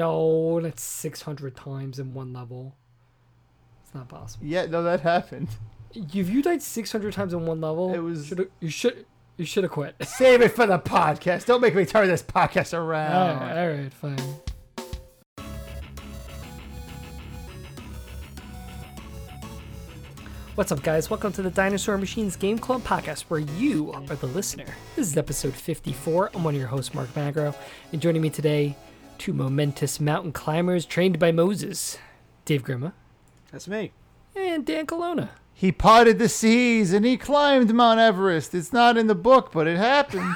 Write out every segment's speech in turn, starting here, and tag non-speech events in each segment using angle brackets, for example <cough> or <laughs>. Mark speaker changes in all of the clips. Speaker 1: No, that's 600 times in one level. It's not possible.
Speaker 2: Yeah, no, that happened.
Speaker 1: If you died 600 times in one level,
Speaker 2: It was-
Speaker 1: Oh, shoulda- you should you should have quit.
Speaker 2: Save it for the podcast. Don't make me turn this podcast around.
Speaker 1: Alright, all right, fine. What's up, guys? Welcome to the Dinosaur Machines Game Club podcast, where you are the listener. This is episode 54. I'm one of your hosts, Mark Magro, and joining me today, two momentous mountain climbers trained by Moses, Dave Grima
Speaker 3: That's me.
Speaker 1: and Dan Colonna.
Speaker 2: He parted the seas and he climbed Mount Everest. It's not in the book, but it happened.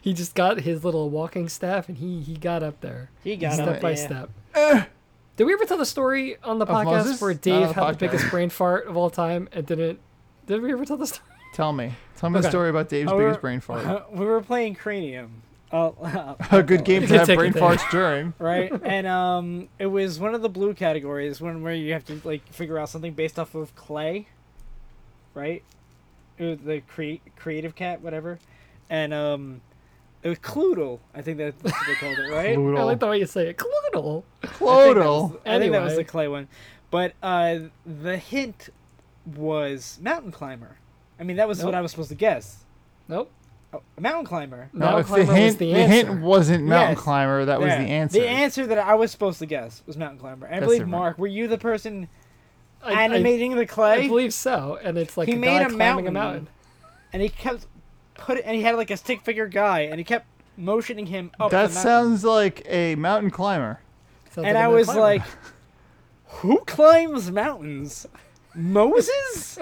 Speaker 1: He just got his little walking staff, and he he got up there.
Speaker 3: He got
Speaker 1: step
Speaker 3: up
Speaker 1: by
Speaker 3: there.
Speaker 1: step. Did we ever tell the story on the podcast
Speaker 2: Moses?
Speaker 1: where
Speaker 2: Not
Speaker 1: Dave
Speaker 2: on the
Speaker 1: had the biggest
Speaker 2: podcast.
Speaker 1: brain fart of all time and didn't? Did we ever tell the story?
Speaker 2: Tell me. Tell me
Speaker 1: Okay.
Speaker 2: the story about Dave's
Speaker 3: Oh,
Speaker 2: biggest brain
Speaker 3: we're-
Speaker 2: fart.
Speaker 3: Uh, <laughs> we were playing Cranium. Oh, uh, <laughs>
Speaker 2: A good game
Speaker 1: You
Speaker 2: to
Speaker 1: can
Speaker 2: have
Speaker 1: take
Speaker 2: brain
Speaker 1: it, Dave.
Speaker 2: farts during.
Speaker 1: <laughs>
Speaker 3: right? And um, it was one of the blue categories, one where you have to like figure out something based off of clay, right? It was the cre- creative cat, whatever, and um, it was Cludle. I think that's what they called it,
Speaker 1: I
Speaker 3: right?
Speaker 1: like
Speaker 2: Clodal.
Speaker 1: the way you say it. Cloodle.
Speaker 3: I think that was-
Speaker 2: Clodal.
Speaker 3: I think that was
Speaker 1: Anyway.
Speaker 3: the clay one. But uh, the hint was mountain climber. I mean, that was what
Speaker 1: Nope.
Speaker 3: I was supposed to guess.
Speaker 1: Nope.
Speaker 3: Oh, a mountain climber.
Speaker 2: No,
Speaker 1: Mountain
Speaker 2: if the
Speaker 1: climber was
Speaker 2: hint,
Speaker 1: the
Speaker 2: the hint
Speaker 1: answer.
Speaker 2: wasn't mountain
Speaker 3: Yes.
Speaker 2: climber, that was the
Speaker 3: There.
Speaker 2: answer.
Speaker 3: The answer that I was supposed to guess was mountain climber. And I
Speaker 2: That's
Speaker 3: believe
Speaker 2: different.
Speaker 3: Mark, were you the person
Speaker 1: I, I-
Speaker 3: animating the
Speaker 1: I,
Speaker 3: clay?
Speaker 1: believe so. And it's like
Speaker 3: He
Speaker 1: a
Speaker 3: made
Speaker 1: guy
Speaker 3: a
Speaker 1: climbing a
Speaker 3: mountain.
Speaker 1: mountain.
Speaker 3: and he kept put and he had like a stick figure guy, and he kept motioning him up.
Speaker 2: that
Speaker 3: the mountain.
Speaker 2: sounds like a mountain climber.
Speaker 1: Sounds like
Speaker 3: And
Speaker 1: a
Speaker 3: I
Speaker 1: mountain
Speaker 3: was
Speaker 1: climber.
Speaker 3: like, who climbs mountains?
Speaker 2: <laughs>
Speaker 3: Moses?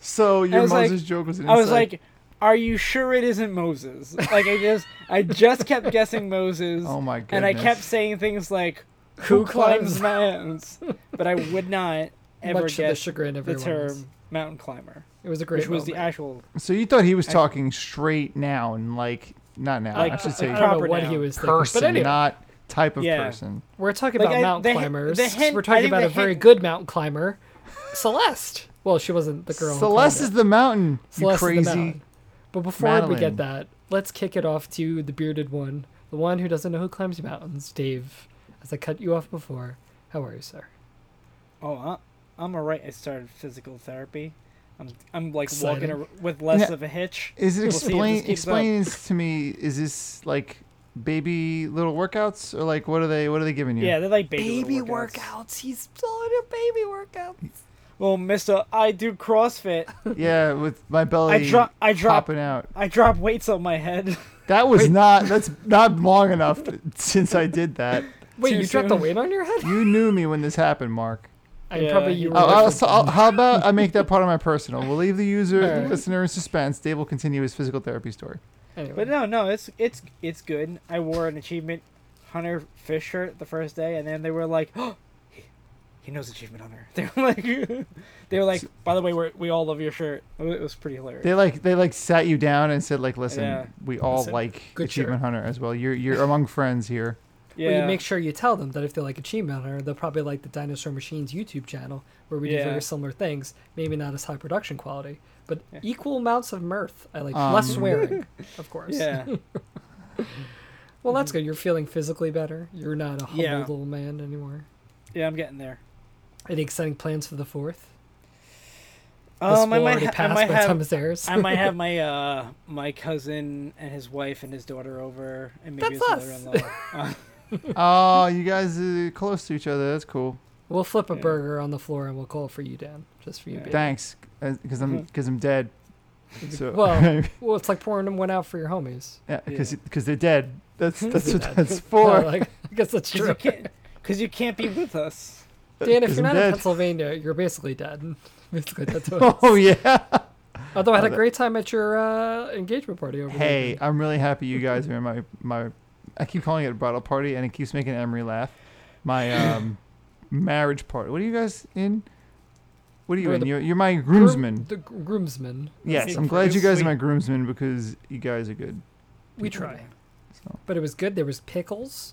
Speaker 2: So your
Speaker 3: was like-
Speaker 2: Moses joke was an
Speaker 3: I was
Speaker 2: inside-
Speaker 3: like, are you sure it isn't Moses? Like I just I just kept guessing Moses.
Speaker 2: oh my goodness.
Speaker 3: And I kept saying things like
Speaker 1: Who
Speaker 3: who climbs
Speaker 1: climbs-
Speaker 3: mountains, but I would
Speaker 2: <laughs>
Speaker 3: not ever
Speaker 1: much to the
Speaker 3: guess
Speaker 1: chagrin of
Speaker 3: the
Speaker 1: everyone. else.
Speaker 3: term mountain climber,
Speaker 1: It was a great
Speaker 3: which was the
Speaker 1: moment.
Speaker 3: actual.
Speaker 2: So you thought he was talking straight noun, like not now.
Speaker 3: Like,
Speaker 2: I should
Speaker 3: uh,
Speaker 2: say
Speaker 1: I don't know
Speaker 3: proper
Speaker 1: what he
Speaker 3: noun.
Speaker 1: was thinking.
Speaker 2: person,
Speaker 1: But anyway,
Speaker 2: not type of
Speaker 3: Yeah.
Speaker 2: person.
Speaker 1: we're talking
Speaker 3: Like,
Speaker 1: about
Speaker 3: I-
Speaker 1: mountain
Speaker 3: the hint-
Speaker 1: climbers.
Speaker 3: the hint-
Speaker 1: we're
Speaker 3: I
Speaker 1: talking
Speaker 3: think
Speaker 1: about
Speaker 3: the
Speaker 1: a very
Speaker 3: hint-
Speaker 1: good mountain climber, Celeste. Well, she wasn't the girl. who
Speaker 2: Celeste
Speaker 1: climbed it.
Speaker 2: is the mountain. You
Speaker 1: Celeste and the
Speaker 2: crazy.
Speaker 1: Mountain. But before we
Speaker 2: Madeline.
Speaker 1: get that, let's kick it off to the bearded one, the one who doesn't know who climbs mountains, Dave. As I cut you off before, how are you, sir?
Speaker 3: Oh, I, I'm alright. I started physical therapy. I'm I'm like
Speaker 1: Exciting.
Speaker 3: walking ar- with less
Speaker 2: Yeah.
Speaker 3: of a hitch.
Speaker 2: Is it
Speaker 3: We'll see if this
Speaker 2: explain?
Speaker 3: keeps up.
Speaker 2: Explain this to me. Is this like baby little workouts, or like what are they? What are they giving you?
Speaker 3: Yeah, they're like baby, little workouts.
Speaker 1: He's still in a baby workout.
Speaker 3: Well, Mister, I do CrossFit.
Speaker 2: Yeah, with my belly
Speaker 3: I drop. I drop.
Speaker 2: popping out.
Speaker 3: I drop weights on my head. <laughs>
Speaker 2: That was not. That's not long enough since I did that.
Speaker 1: Wait,
Speaker 3: Too
Speaker 1: you dropped the
Speaker 3: soon.
Speaker 1: weight on your head?
Speaker 2: You knew me when this happened, Mark.
Speaker 1: And
Speaker 3: Yeah,
Speaker 1: probably
Speaker 3: he-
Speaker 1: you were.
Speaker 2: Oh, I'll,
Speaker 1: like-
Speaker 2: so I'll- how about I make that part of my personal? We'll leave the user, the
Speaker 1: Alright.
Speaker 2: listener in suspense. Dave will continue his physical therapy story.
Speaker 1: anyway.
Speaker 3: But no, no, it's it's it's good. I wore an achievement hunter fish shirt the first day, and then they were like, <gasps> oh, he, he knows achievement hunter. <laughs> They were like, they were like, by the way, we we all love your shirt. It was pretty hilarious.
Speaker 2: They like they like sat you down and said like, listen,
Speaker 3: Yeah.
Speaker 2: we all
Speaker 1: Listen,
Speaker 2: like
Speaker 1: good
Speaker 2: Achievement Hunter as well. You're you're among friends here. <laughs>
Speaker 3: yeah,
Speaker 1: Well, you make sure you tell them that if they like Achievement Hunter, they'll probably like the Dinosaur Machines YouTube channel where we do
Speaker 3: Yeah.
Speaker 1: very similar things. Maybe not as high production quality, but
Speaker 3: Yeah.
Speaker 1: equal amounts of mirth. I like less
Speaker 2: Um,
Speaker 3: <laughs>
Speaker 1: swearing, of course.
Speaker 3: yeah.
Speaker 1: Well, that's good. You're feeling physically better. You're not a humble
Speaker 3: Yeah.
Speaker 1: little man anymore.
Speaker 3: <laughs> yeah, I'm getting there.
Speaker 1: Any exciting plans for the fourth? This
Speaker 3: Um, I
Speaker 1: will
Speaker 3: might,
Speaker 1: already
Speaker 3: ha- I
Speaker 1: pass
Speaker 3: might
Speaker 1: by the time
Speaker 3: have,
Speaker 1: it's theirs.
Speaker 3: I might
Speaker 1: <laughs>
Speaker 3: have my uh, my cousin and his wife and his daughter over, and maybe
Speaker 1: That's us.
Speaker 3: his <laughs> mother-in-law. Uh,
Speaker 2: Oh, you guys are close to each other. That's cool.
Speaker 1: we'll flip a
Speaker 3: Yeah.
Speaker 1: burger on the floor and we'll call it for you, Dan, just for you.
Speaker 3: Yeah.
Speaker 1: babe.
Speaker 2: Thanks, because I'm because I'm dead. So
Speaker 1: Mm-hmm.
Speaker 2: <laughs>
Speaker 1: Well, well, it's like pouring one out for your homies.
Speaker 2: because they're dead.
Speaker 1: <laughs>
Speaker 2: That's that's what
Speaker 1: Dead.
Speaker 2: that's for. <laughs>
Speaker 1: No, <laughs> like, I guess that's
Speaker 3: 'cause
Speaker 1: true.
Speaker 3: you can't, because you can't be with us.
Speaker 1: Dan, if
Speaker 2: <laughs> 'Cause
Speaker 1: you're not
Speaker 2: I'm
Speaker 1: in
Speaker 2: dead.
Speaker 1: Pennsylvania, you're basically dead. <laughs> basically
Speaker 2: <laughs>
Speaker 1: dead to us.
Speaker 2: Oh yeah.
Speaker 1: Although I had
Speaker 2: Oh,
Speaker 1: a
Speaker 2: that-
Speaker 1: great time at your uh, engagement party over the
Speaker 2: Hey, uh,
Speaker 1: weekend.
Speaker 2: I'm really happy you guys are in my my. I keep calling it a bridal party, and it keeps making Emery laugh.
Speaker 1: <laughs>
Speaker 2: My um, marriage party. What are you guys in? What are you
Speaker 1: We're
Speaker 2: in?
Speaker 1: the-
Speaker 2: You're, you're my
Speaker 1: Groom-
Speaker 2: groomsman.
Speaker 1: the gr- groomsman.
Speaker 2: Yes,
Speaker 3: Hey,
Speaker 2: I'm glad you
Speaker 3: groom-
Speaker 2: guys are
Speaker 3: we-
Speaker 2: my groomsmen because you guys are good.
Speaker 1: We
Speaker 2: people.
Speaker 1: try.
Speaker 2: So.
Speaker 1: But it was good. There was pickles.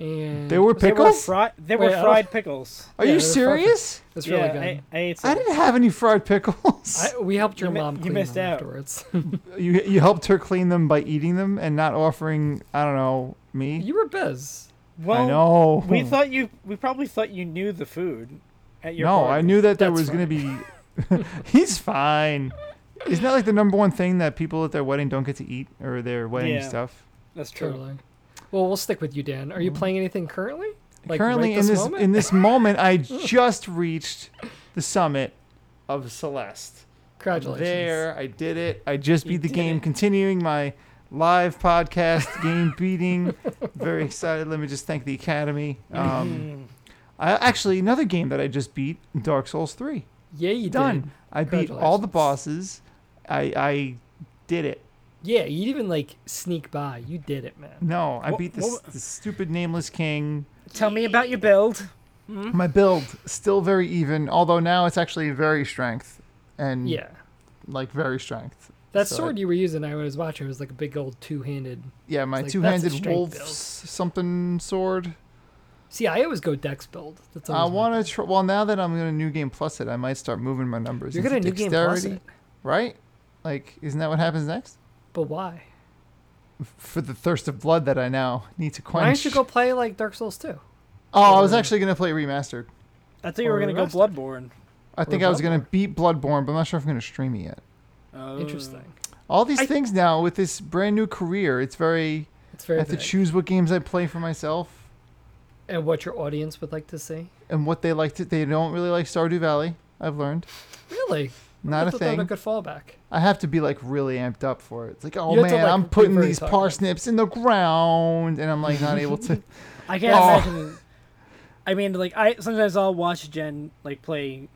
Speaker 1: and
Speaker 2: They were
Speaker 3: They were,
Speaker 2: pickles.
Speaker 3: fri- they were
Speaker 1: Wait, I-
Speaker 3: fried pickles.
Speaker 2: Are
Speaker 1: yeah,
Speaker 2: you
Speaker 1: they were fried.
Speaker 2: serious?
Speaker 1: It's really
Speaker 3: yeah,
Speaker 1: good.
Speaker 3: I, I ate
Speaker 2: I
Speaker 3: some.
Speaker 2: didn't have any fried pickles.
Speaker 1: I- we helped your
Speaker 3: You mi-
Speaker 1: mom
Speaker 3: you
Speaker 1: clean
Speaker 3: missed
Speaker 1: them
Speaker 3: out.
Speaker 1: afterwards. <laughs>
Speaker 2: <laughs> you you helped her clean them by eating them and not offering. I don't know me.
Speaker 1: you were Bez.
Speaker 3: well,
Speaker 2: I know.
Speaker 3: we thought you. We probably thought you knew the food. At your
Speaker 2: no,
Speaker 3: party.
Speaker 2: I knew that there
Speaker 1: That's
Speaker 2: was going to
Speaker 1: <laughs>
Speaker 2: be. <laughs> He's fine. Isn't that like the number one thing that people at their wedding don't get to eat or their wedding
Speaker 3: Yeah.
Speaker 2: stuff?
Speaker 3: That's true.
Speaker 1: Totally. Well, we'll stick with you, Dan. Are you playing anything currently? Like,
Speaker 2: Mm-hmm. Currently,
Speaker 1: right
Speaker 2: in
Speaker 1: this
Speaker 2: this
Speaker 1: moment?
Speaker 2: in this
Speaker 1: <laughs>
Speaker 2: moment, I just reached the summit of Celeste.
Speaker 1: Congratulations.
Speaker 2: There, I did it. I just
Speaker 3: You
Speaker 2: beat the
Speaker 3: did
Speaker 2: game.
Speaker 3: it.
Speaker 2: Continuing my live
Speaker 1: <laughs>
Speaker 2: podcast game beating. Very excited. Let me just thank
Speaker 1: <laughs>
Speaker 2: the Academy. Um,
Speaker 3: Mm.
Speaker 2: I actually another game that I just beat, Dark Souls Three.
Speaker 1: Yeah, you
Speaker 2: Done.
Speaker 1: did.
Speaker 2: I beat all the
Speaker 1: Congratulations.
Speaker 2: bosses. I I did it.
Speaker 1: Yeah, you even like sneak by. You did it, man.
Speaker 2: No, I
Speaker 3: Wha-
Speaker 2: beat this,
Speaker 3: what-
Speaker 2: this stupid nameless king.
Speaker 3: <laughs> Tell me about your build.
Speaker 1: Hmm?
Speaker 2: My build still very even, although now it's actually very strength and
Speaker 1: Yeah.
Speaker 2: like very strength.
Speaker 1: That
Speaker 2: Mm-hmm. So I-
Speaker 1: sword you were using, I was watching, was like a big old two-handed.
Speaker 2: Yeah, my
Speaker 1: It's like, that's a
Speaker 2: two-handed
Speaker 1: strength
Speaker 2: wolf
Speaker 1: build.
Speaker 2: s- something sword.
Speaker 1: See, I always go dex build. That's
Speaker 2: I
Speaker 1: always my-
Speaker 2: want to. Tr- well, now that I'm gonna new game plus it, I might start moving my numbers.
Speaker 1: You're
Speaker 2: into
Speaker 1: gonna new game plus
Speaker 2: dexterity,
Speaker 1: it,
Speaker 2: right? Like, isn't that what happens next?
Speaker 1: but why?
Speaker 2: For the thirst of blood that I now need to quench.
Speaker 1: Why don't you go play like Dark Souls 2?
Speaker 2: oh, I was
Speaker 1: or-
Speaker 2: actually gonna play remastered.
Speaker 3: I thought you were
Speaker 1: Or
Speaker 3: gonna go
Speaker 1: remastered.
Speaker 3: Bloodborne.
Speaker 2: I think I was gonna beat Bloodborne, but I'm not sure if I'm gonna stream it yet. Uh,
Speaker 3: Oh.
Speaker 1: Interesting.
Speaker 2: All these
Speaker 1: I-
Speaker 2: things now with this brand new career, it's very.
Speaker 1: It's
Speaker 2: I
Speaker 1: very
Speaker 2: have to
Speaker 1: big.
Speaker 2: choose what games I play for myself
Speaker 1: and what your audience would like to see.
Speaker 2: and what they like to. They don't really like Stardew Valley. I've learned
Speaker 1: Really? I
Speaker 2: not a
Speaker 1: thought that was
Speaker 2: thing.
Speaker 1: a good fallback.
Speaker 2: <laughs> I have to be like really amped up for it. It's like, oh
Speaker 1: You have
Speaker 2: man,
Speaker 1: to, like,
Speaker 2: I'm
Speaker 1: be
Speaker 2: putting
Speaker 1: very
Speaker 2: these
Speaker 1: talkative.
Speaker 2: parsnips in the ground, and I'm like not able to.
Speaker 3: I can't
Speaker 2: Oh.
Speaker 3: imagine. I mean, like I sometimes I'll watch Jen like play,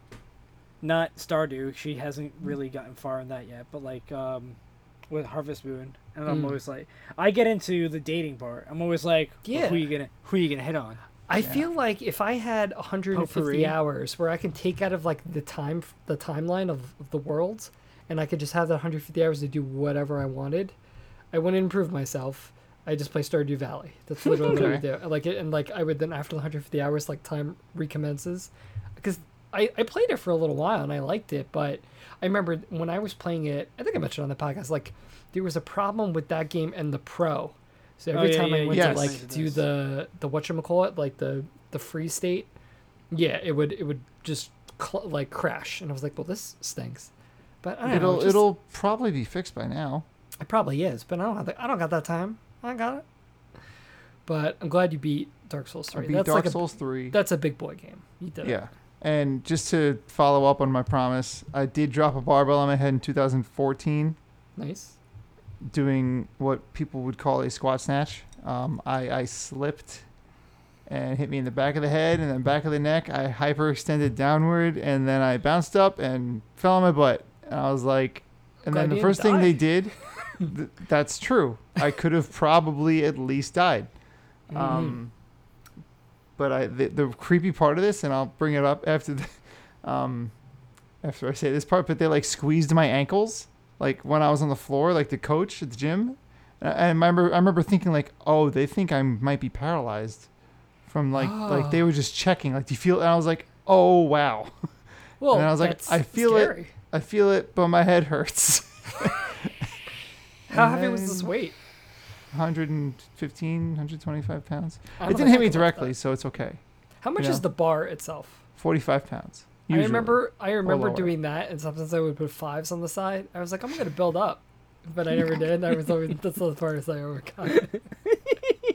Speaker 3: not Stardew. She hasn't really gotten far in that yet, but like um, with Harvest Moon, and I'm
Speaker 1: Mm.
Speaker 3: always like, I get into the dating part. I'm always like, yeah.
Speaker 1: Yeah.
Speaker 3: who you gonna who you gonna hit on?
Speaker 1: I feel like if I had 150
Speaker 3: Potpourri.
Speaker 1: hours where I can take out of like the time the timeline of, of the world and I could just have that 150 hours to do whatever I wanted, I wouldn't improve myself. I just play Stardew Valley. That's literally what I would do. Like it, and like I would then after the 150 hours like time recommences because I, I played it for a little while and I liked it, but I remember when I was playing it, I think I mentioned on the podcast like there was a problem with that game and the pro. So
Speaker 3: Oh,
Speaker 1: every
Speaker 3: yeah,
Speaker 1: time
Speaker 3: yeah,
Speaker 1: I went
Speaker 2: yeah,
Speaker 1: to
Speaker 2: you
Speaker 1: like
Speaker 3: mentioned
Speaker 1: do
Speaker 3: this.
Speaker 1: the the whatchamacallit, like the the free state, yeah, it would it would just cl- like crash, and I was like, well, this stinks. But <laughs> I don't
Speaker 2: It'll
Speaker 1: know, it just-
Speaker 2: it'll probably be fixed by now.
Speaker 1: it probably is, but I don't have the, I don't got that time. I ain't got it. But I'm glad you beat Dark Souls
Speaker 2: I
Speaker 1: three.
Speaker 2: beat
Speaker 1: that's
Speaker 2: Dark
Speaker 1: like
Speaker 2: Souls
Speaker 1: a
Speaker 2: three.
Speaker 1: that's a big boy game. You did it.
Speaker 2: Yeah, and just to follow up on my promise, I did drop a barbell on my head in 2014,
Speaker 1: Nice.
Speaker 2: doing what people would call a squat snatch. Um, I I slipped. And hit me in the back of the head and then back of the neck. I hyperextended downward and then I bounced up and fell on my butt. And I was like,
Speaker 1: Glad
Speaker 2: and then
Speaker 1: you
Speaker 2: the
Speaker 1: didn't
Speaker 2: first thing they
Speaker 1: die.
Speaker 2: did, th- that's true. I could have probably at least died.
Speaker 1: Mm-hmm.
Speaker 2: Um, but I the, the creepy part of this, and I'll bring it up after the, um, after I say this part. But they like squeezed my ankles, like when I was on the floor, like the coach at the gym. And I I remember I remember thinking like, oh, they think I might be paralyzed, from like like they
Speaker 1: <gasps> Ah.
Speaker 2: were just checking like, do you feel? And I was like, oh wow.
Speaker 1: Well,
Speaker 2: and I was like,
Speaker 1: that's
Speaker 2: I feel it.
Speaker 1: scary.
Speaker 2: I feel it, but my head hurts. <laughs>
Speaker 1: How
Speaker 2: And
Speaker 1: heavy was this
Speaker 2: then
Speaker 1: weight?
Speaker 2: 115, 125 pounds.
Speaker 1: I
Speaker 2: It
Speaker 1: don't
Speaker 2: didn't
Speaker 1: know
Speaker 2: hit me
Speaker 1: if I can
Speaker 2: directly,
Speaker 1: lift
Speaker 2: so it's okay.
Speaker 1: that. How much
Speaker 2: you
Speaker 1: is
Speaker 2: know?
Speaker 1: the bar itself?
Speaker 2: 45 pounds.
Speaker 1: I remember I remember
Speaker 2: lower.
Speaker 1: doing that, and sometimes I would put fives on the side. I was like, I'm gonna build up, but
Speaker 2: <laughs>
Speaker 1: I never did. I was always that's the part I was like, oh my god.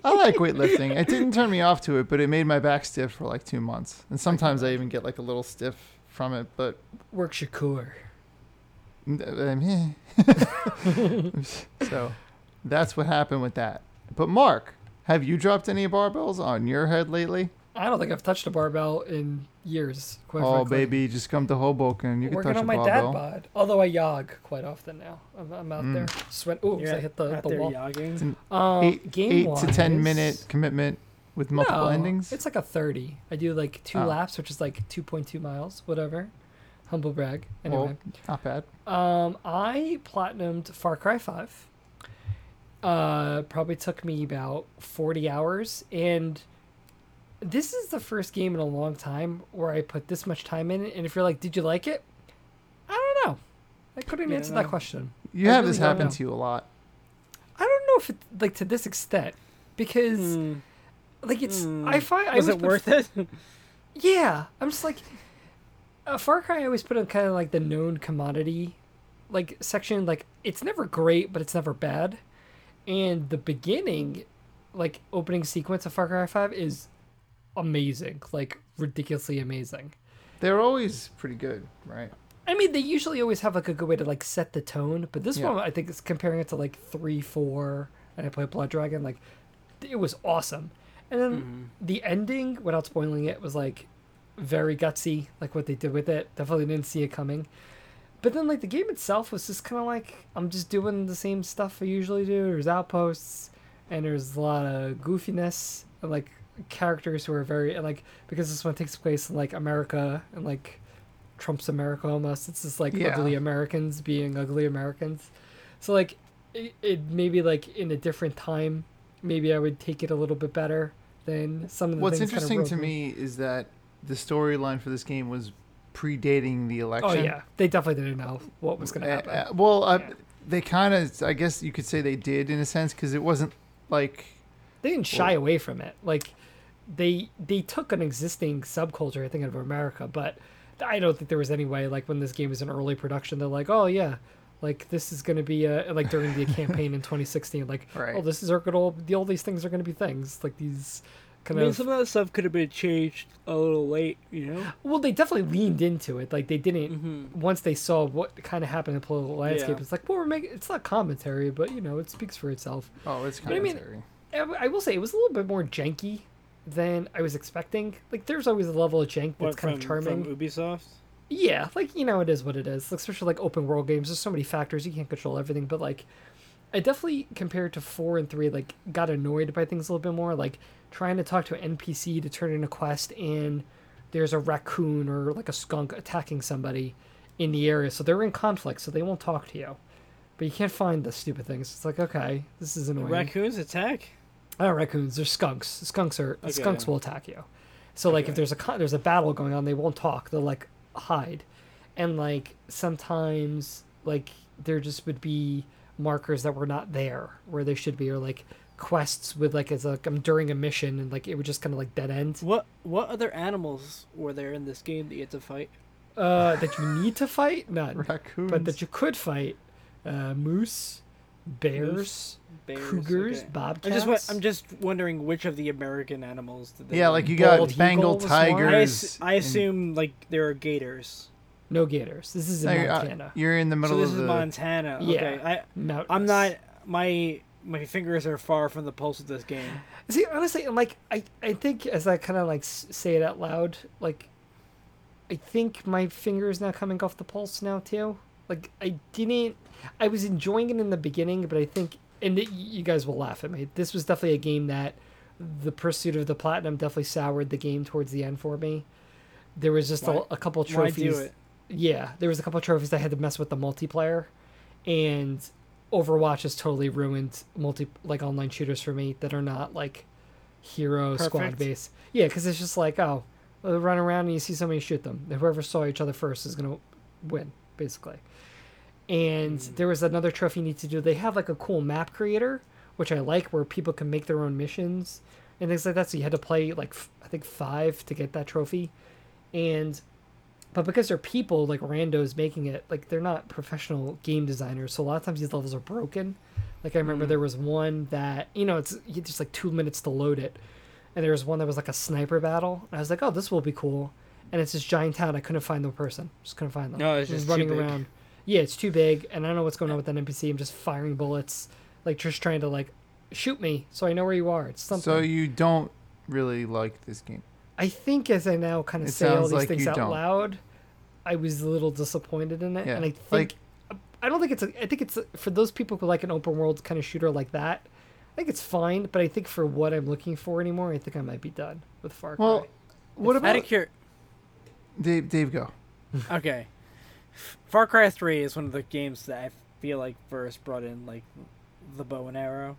Speaker 2: I like weightlifting. It didn't turn me off to it, but it made my back stiff for like two months. And sometimes I even get like a little stiff from it, but
Speaker 1: Work Shakur.
Speaker 2: um, eh. <laughs> so that's what happened with that. But Mark, have you dropped any barbells on your head lately?
Speaker 1: I don't think I've touched a barbell in years. Quite
Speaker 2: oh,
Speaker 1: frankly.
Speaker 2: baby, just come to Hoboken. You can
Speaker 1: Working
Speaker 2: touch
Speaker 1: on
Speaker 2: a
Speaker 1: my
Speaker 2: barbell.
Speaker 1: dad
Speaker 2: Mm.
Speaker 1: bod. Although I yog quite often now. I'm, I'm out there sweat. Ooh,
Speaker 3: You're
Speaker 1: I hit the,
Speaker 3: out
Speaker 1: the
Speaker 3: there
Speaker 1: wall.
Speaker 3: yogging.
Speaker 1: Um,
Speaker 2: eight
Speaker 1: game
Speaker 2: eight to ten
Speaker 1: wise-
Speaker 2: minute commitment with multiple
Speaker 1: No,
Speaker 2: endings.
Speaker 1: It's like a thirty. I do like two
Speaker 2: Oh.
Speaker 1: laps, which is like two point two miles, whatever. Humble brag. Anyway.
Speaker 2: Well, not bad.
Speaker 1: Um, I platinumed Far Cry Five. Uh, probably took me about forty hours, and this is the first game in a long time where I put this much time in. it, And if you're like, did you like it? I don't know. I couldn't
Speaker 3: Yeah,
Speaker 1: answer
Speaker 3: no.
Speaker 1: that question.
Speaker 2: You
Speaker 1: I
Speaker 2: have
Speaker 1: really
Speaker 2: this
Speaker 1: don't
Speaker 2: happen
Speaker 1: know.
Speaker 2: to you a lot.
Speaker 1: I don't know if it like to this extent because like it's I find <laughs> I Mm-hmm.
Speaker 3: Hmm.
Speaker 1: always
Speaker 3: was it
Speaker 1: put- <laughs>
Speaker 3: worth it?
Speaker 1: Yeah, I'm just like uh, Far Cry. I always put in kind of like the known commodity like section. Like it's never great, but it's never bad. And the beginning, like opening sequence of Far Cry Five is amazing, like ridiculously amazing.
Speaker 2: They're always pretty good, right?
Speaker 1: I mean, they usually always have like a good way to like set the tone, but this
Speaker 2: Yeah.
Speaker 1: one I think is comparing it to like three, four, and I played Blood Dragon. Like, it was awesome, and then
Speaker 3: Mm-hmm.
Speaker 1: the ending, without spoiling it, was like very gutsy, like what they did with it. Definitely didn't see it coming. But then, like the game itself was just kind of like I'm just doing the same stuff I usually do. There's outposts, and there's a lot of goofiness and like characters who are very and like because this one takes place in like America and like Trump's America almost. It's just like
Speaker 2: Yeah.
Speaker 1: ugly Americans being ugly Americans. So like it, it maybe like in a different time, maybe I would take it a little bit better than some of the
Speaker 2: What's
Speaker 1: things kinda
Speaker 2: interesting to
Speaker 1: rogue-
Speaker 2: me is that the storyline for this game was predating the
Speaker 1: Oh
Speaker 2: election.
Speaker 1: yeah, they definitely didn't know what was going to
Speaker 2: Uh,
Speaker 1: happen.
Speaker 2: uh, well, uh,
Speaker 3: Yeah.
Speaker 2: they kind of, I guess you could say they did in a sense because it wasn't like,
Speaker 1: they didn't shy away from it. Like they they took an existing subculture, I think, out of America, but I don't think there was any way. Like when this game is in early production, they're like, oh yeah, like this is going to be uh like during
Speaker 2: <laughs>
Speaker 1: the campaign in 2016, like
Speaker 2: Right.
Speaker 1: oh this is our good old all these things are going to be things like these
Speaker 3: I
Speaker 1: kind
Speaker 3: mean,
Speaker 1: of.
Speaker 3: some of that stuff could have been changed a little late, you know.
Speaker 1: Well, they definitely leaned into it. Like they didn't once they saw what kind of happened in the political landscape.
Speaker 3: Mm-hmm. Yeah.
Speaker 1: It's like, well, we're making it's not commentary, but you know, it speaks for itself.
Speaker 2: oh, it's
Speaker 1: But I mean-
Speaker 2: commentary.
Speaker 1: I w- I will say it was a little bit more janky than I was expecting. Like there's always a level of jank that's
Speaker 3: What,
Speaker 1: kind
Speaker 3: from,
Speaker 1: of charming.
Speaker 3: from Ubisoft.
Speaker 1: Yeah, like you know, it is what it is. Like, especially like open world games, there's so many factors you can't control everything. But like, I definitely compared to four and three, like got annoyed by things a little bit more. Like trying to talk to an NPC to turn in a quest, and there's a raccoon or like a skunk attacking somebody in the area, so they're in conflict, so they won't talk to you. But you can't find the stupid things. It's like okay, this is
Speaker 3: The
Speaker 1: annoying.
Speaker 3: raccoons attack.
Speaker 1: Not raccoons. They're skunks. Skunks are
Speaker 3: Okay,
Speaker 1: skunks
Speaker 3: yeah.
Speaker 1: will attack you. So like if
Speaker 3: Okay.
Speaker 1: there's a co- there's a battle going on, they won't talk. They'll like hide, and like sometimes like there just would be markers that were not there where they should be, or like quests with like as like I'm during a mission and like it would just kind of like dead end
Speaker 3: What what other animals were there in this game that you had to fight?
Speaker 1: uh, that you need to fight none,
Speaker 3: <laughs>
Speaker 2: Raccoons.
Speaker 1: but that you could fight uh, moose, bears,
Speaker 3: Bears,
Speaker 1: cougars,
Speaker 3: okay.
Speaker 1: bobcats.
Speaker 3: I'm just wa- I'm just wondering which of the American animals did they
Speaker 2: yeah, like you
Speaker 1: Bald
Speaker 2: got
Speaker 1: eagle
Speaker 2: Bengal
Speaker 1: was one.
Speaker 3: I,
Speaker 2: tigers.
Speaker 3: ass- I
Speaker 2: and-
Speaker 3: assume like there are gators.
Speaker 1: no gators. This is in
Speaker 2: No, you're, uh,
Speaker 1: Montana.
Speaker 2: you're in the
Speaker 3: So
Speaker 2: middle
Speaker 3: this
Speaker 2: of
Speaker 3: is
Speaker 2: the.
Speaker 3: Montana.
Speaker 1: Yeah.
Speaker 3: Okay. I
Speaker 1: Mountains.
Speaker 3: I'm not my my fingers are far from the pulse of this game.
Speaker 1: See, honestly, and, like I, I think as I kind of like s- say it out loud, like I think my finger is now coming off the pulse now too. Like I didn't, I was enjoying it in the beginning, but I think, and it, you guys will laugh at me. This was definitely a game that the pursuit of the platinum definitely soured the game towards the end for me. There was just
Speaker 3: Why-
Speaker 1: a, a couple
Speaker 3: Why
Speaker 1: trophies.
Speaker 3: do it?
Speaker 1: Yeah, there was a couple trophies I had to mess with the multiplayer, and Overwatch has totally ruined multi like online shooters for me that are not like hero squad
Speaker 3: Perfect.
Speaker 1: based. Yeah, because it's just like oh, they run around and you see somebody shoot them. And Whoever saw each other first is gonna win basically. And there was another trophy you need to do. They have like a cool map creator, which I like, where people can make their own missions and things like that. So you had to play like f- I think five to get that trophy, and but because they're people like randos making it like they're not professional game designers so a lot of times these levels are broken like i
Speaker 3: Mm.
Speaker 1: remember there was one that you know it's you just like two minutes to load it and there was one that was like a sniper battle and i was like oh this will be cool and it's this giant town i couldn't find the person just couldn't find them
Speaker 3: No, it's
Speaker 1: It was
Speaker 3: just too big.
Speaker 1: yeah it's too big and i don't know what's going on with that npc i'm just firing bullets like just trying to like shoot me so i know where you are it's something
Speaker 2: So you don't really like this game.
Speaker 1: I think as I now kind of
Speaker 2: It
Speaker 1: say all
Speaker 2: sounds
Speaker 1: these
Speaker 2: like
Speaker 1: things
Speaker 2: you
Speaker 1: out
Speaker 2: don't.
Speaker 1: loud, I was a little disappointed in it,
Speaker 2: Yeah,
Speaker 1: and I think
Speaker 2: like-
Speaker 1: I don't think it's a, I think it's a- for those people who like an open world kind of shooter like that. I think it's fine, but I think for what I'm looking for anymore, I think I might be done with Far Cry.
Speaker 2: Well, what
Speaker 3: Out of
Speaker 2: about
Speaker 3: cur-
Speaker 2: Dave? Dave, go.
Speaker 3: okay. Far Cry 3 is one of the games that I feel like first brought in like the bow and arrow.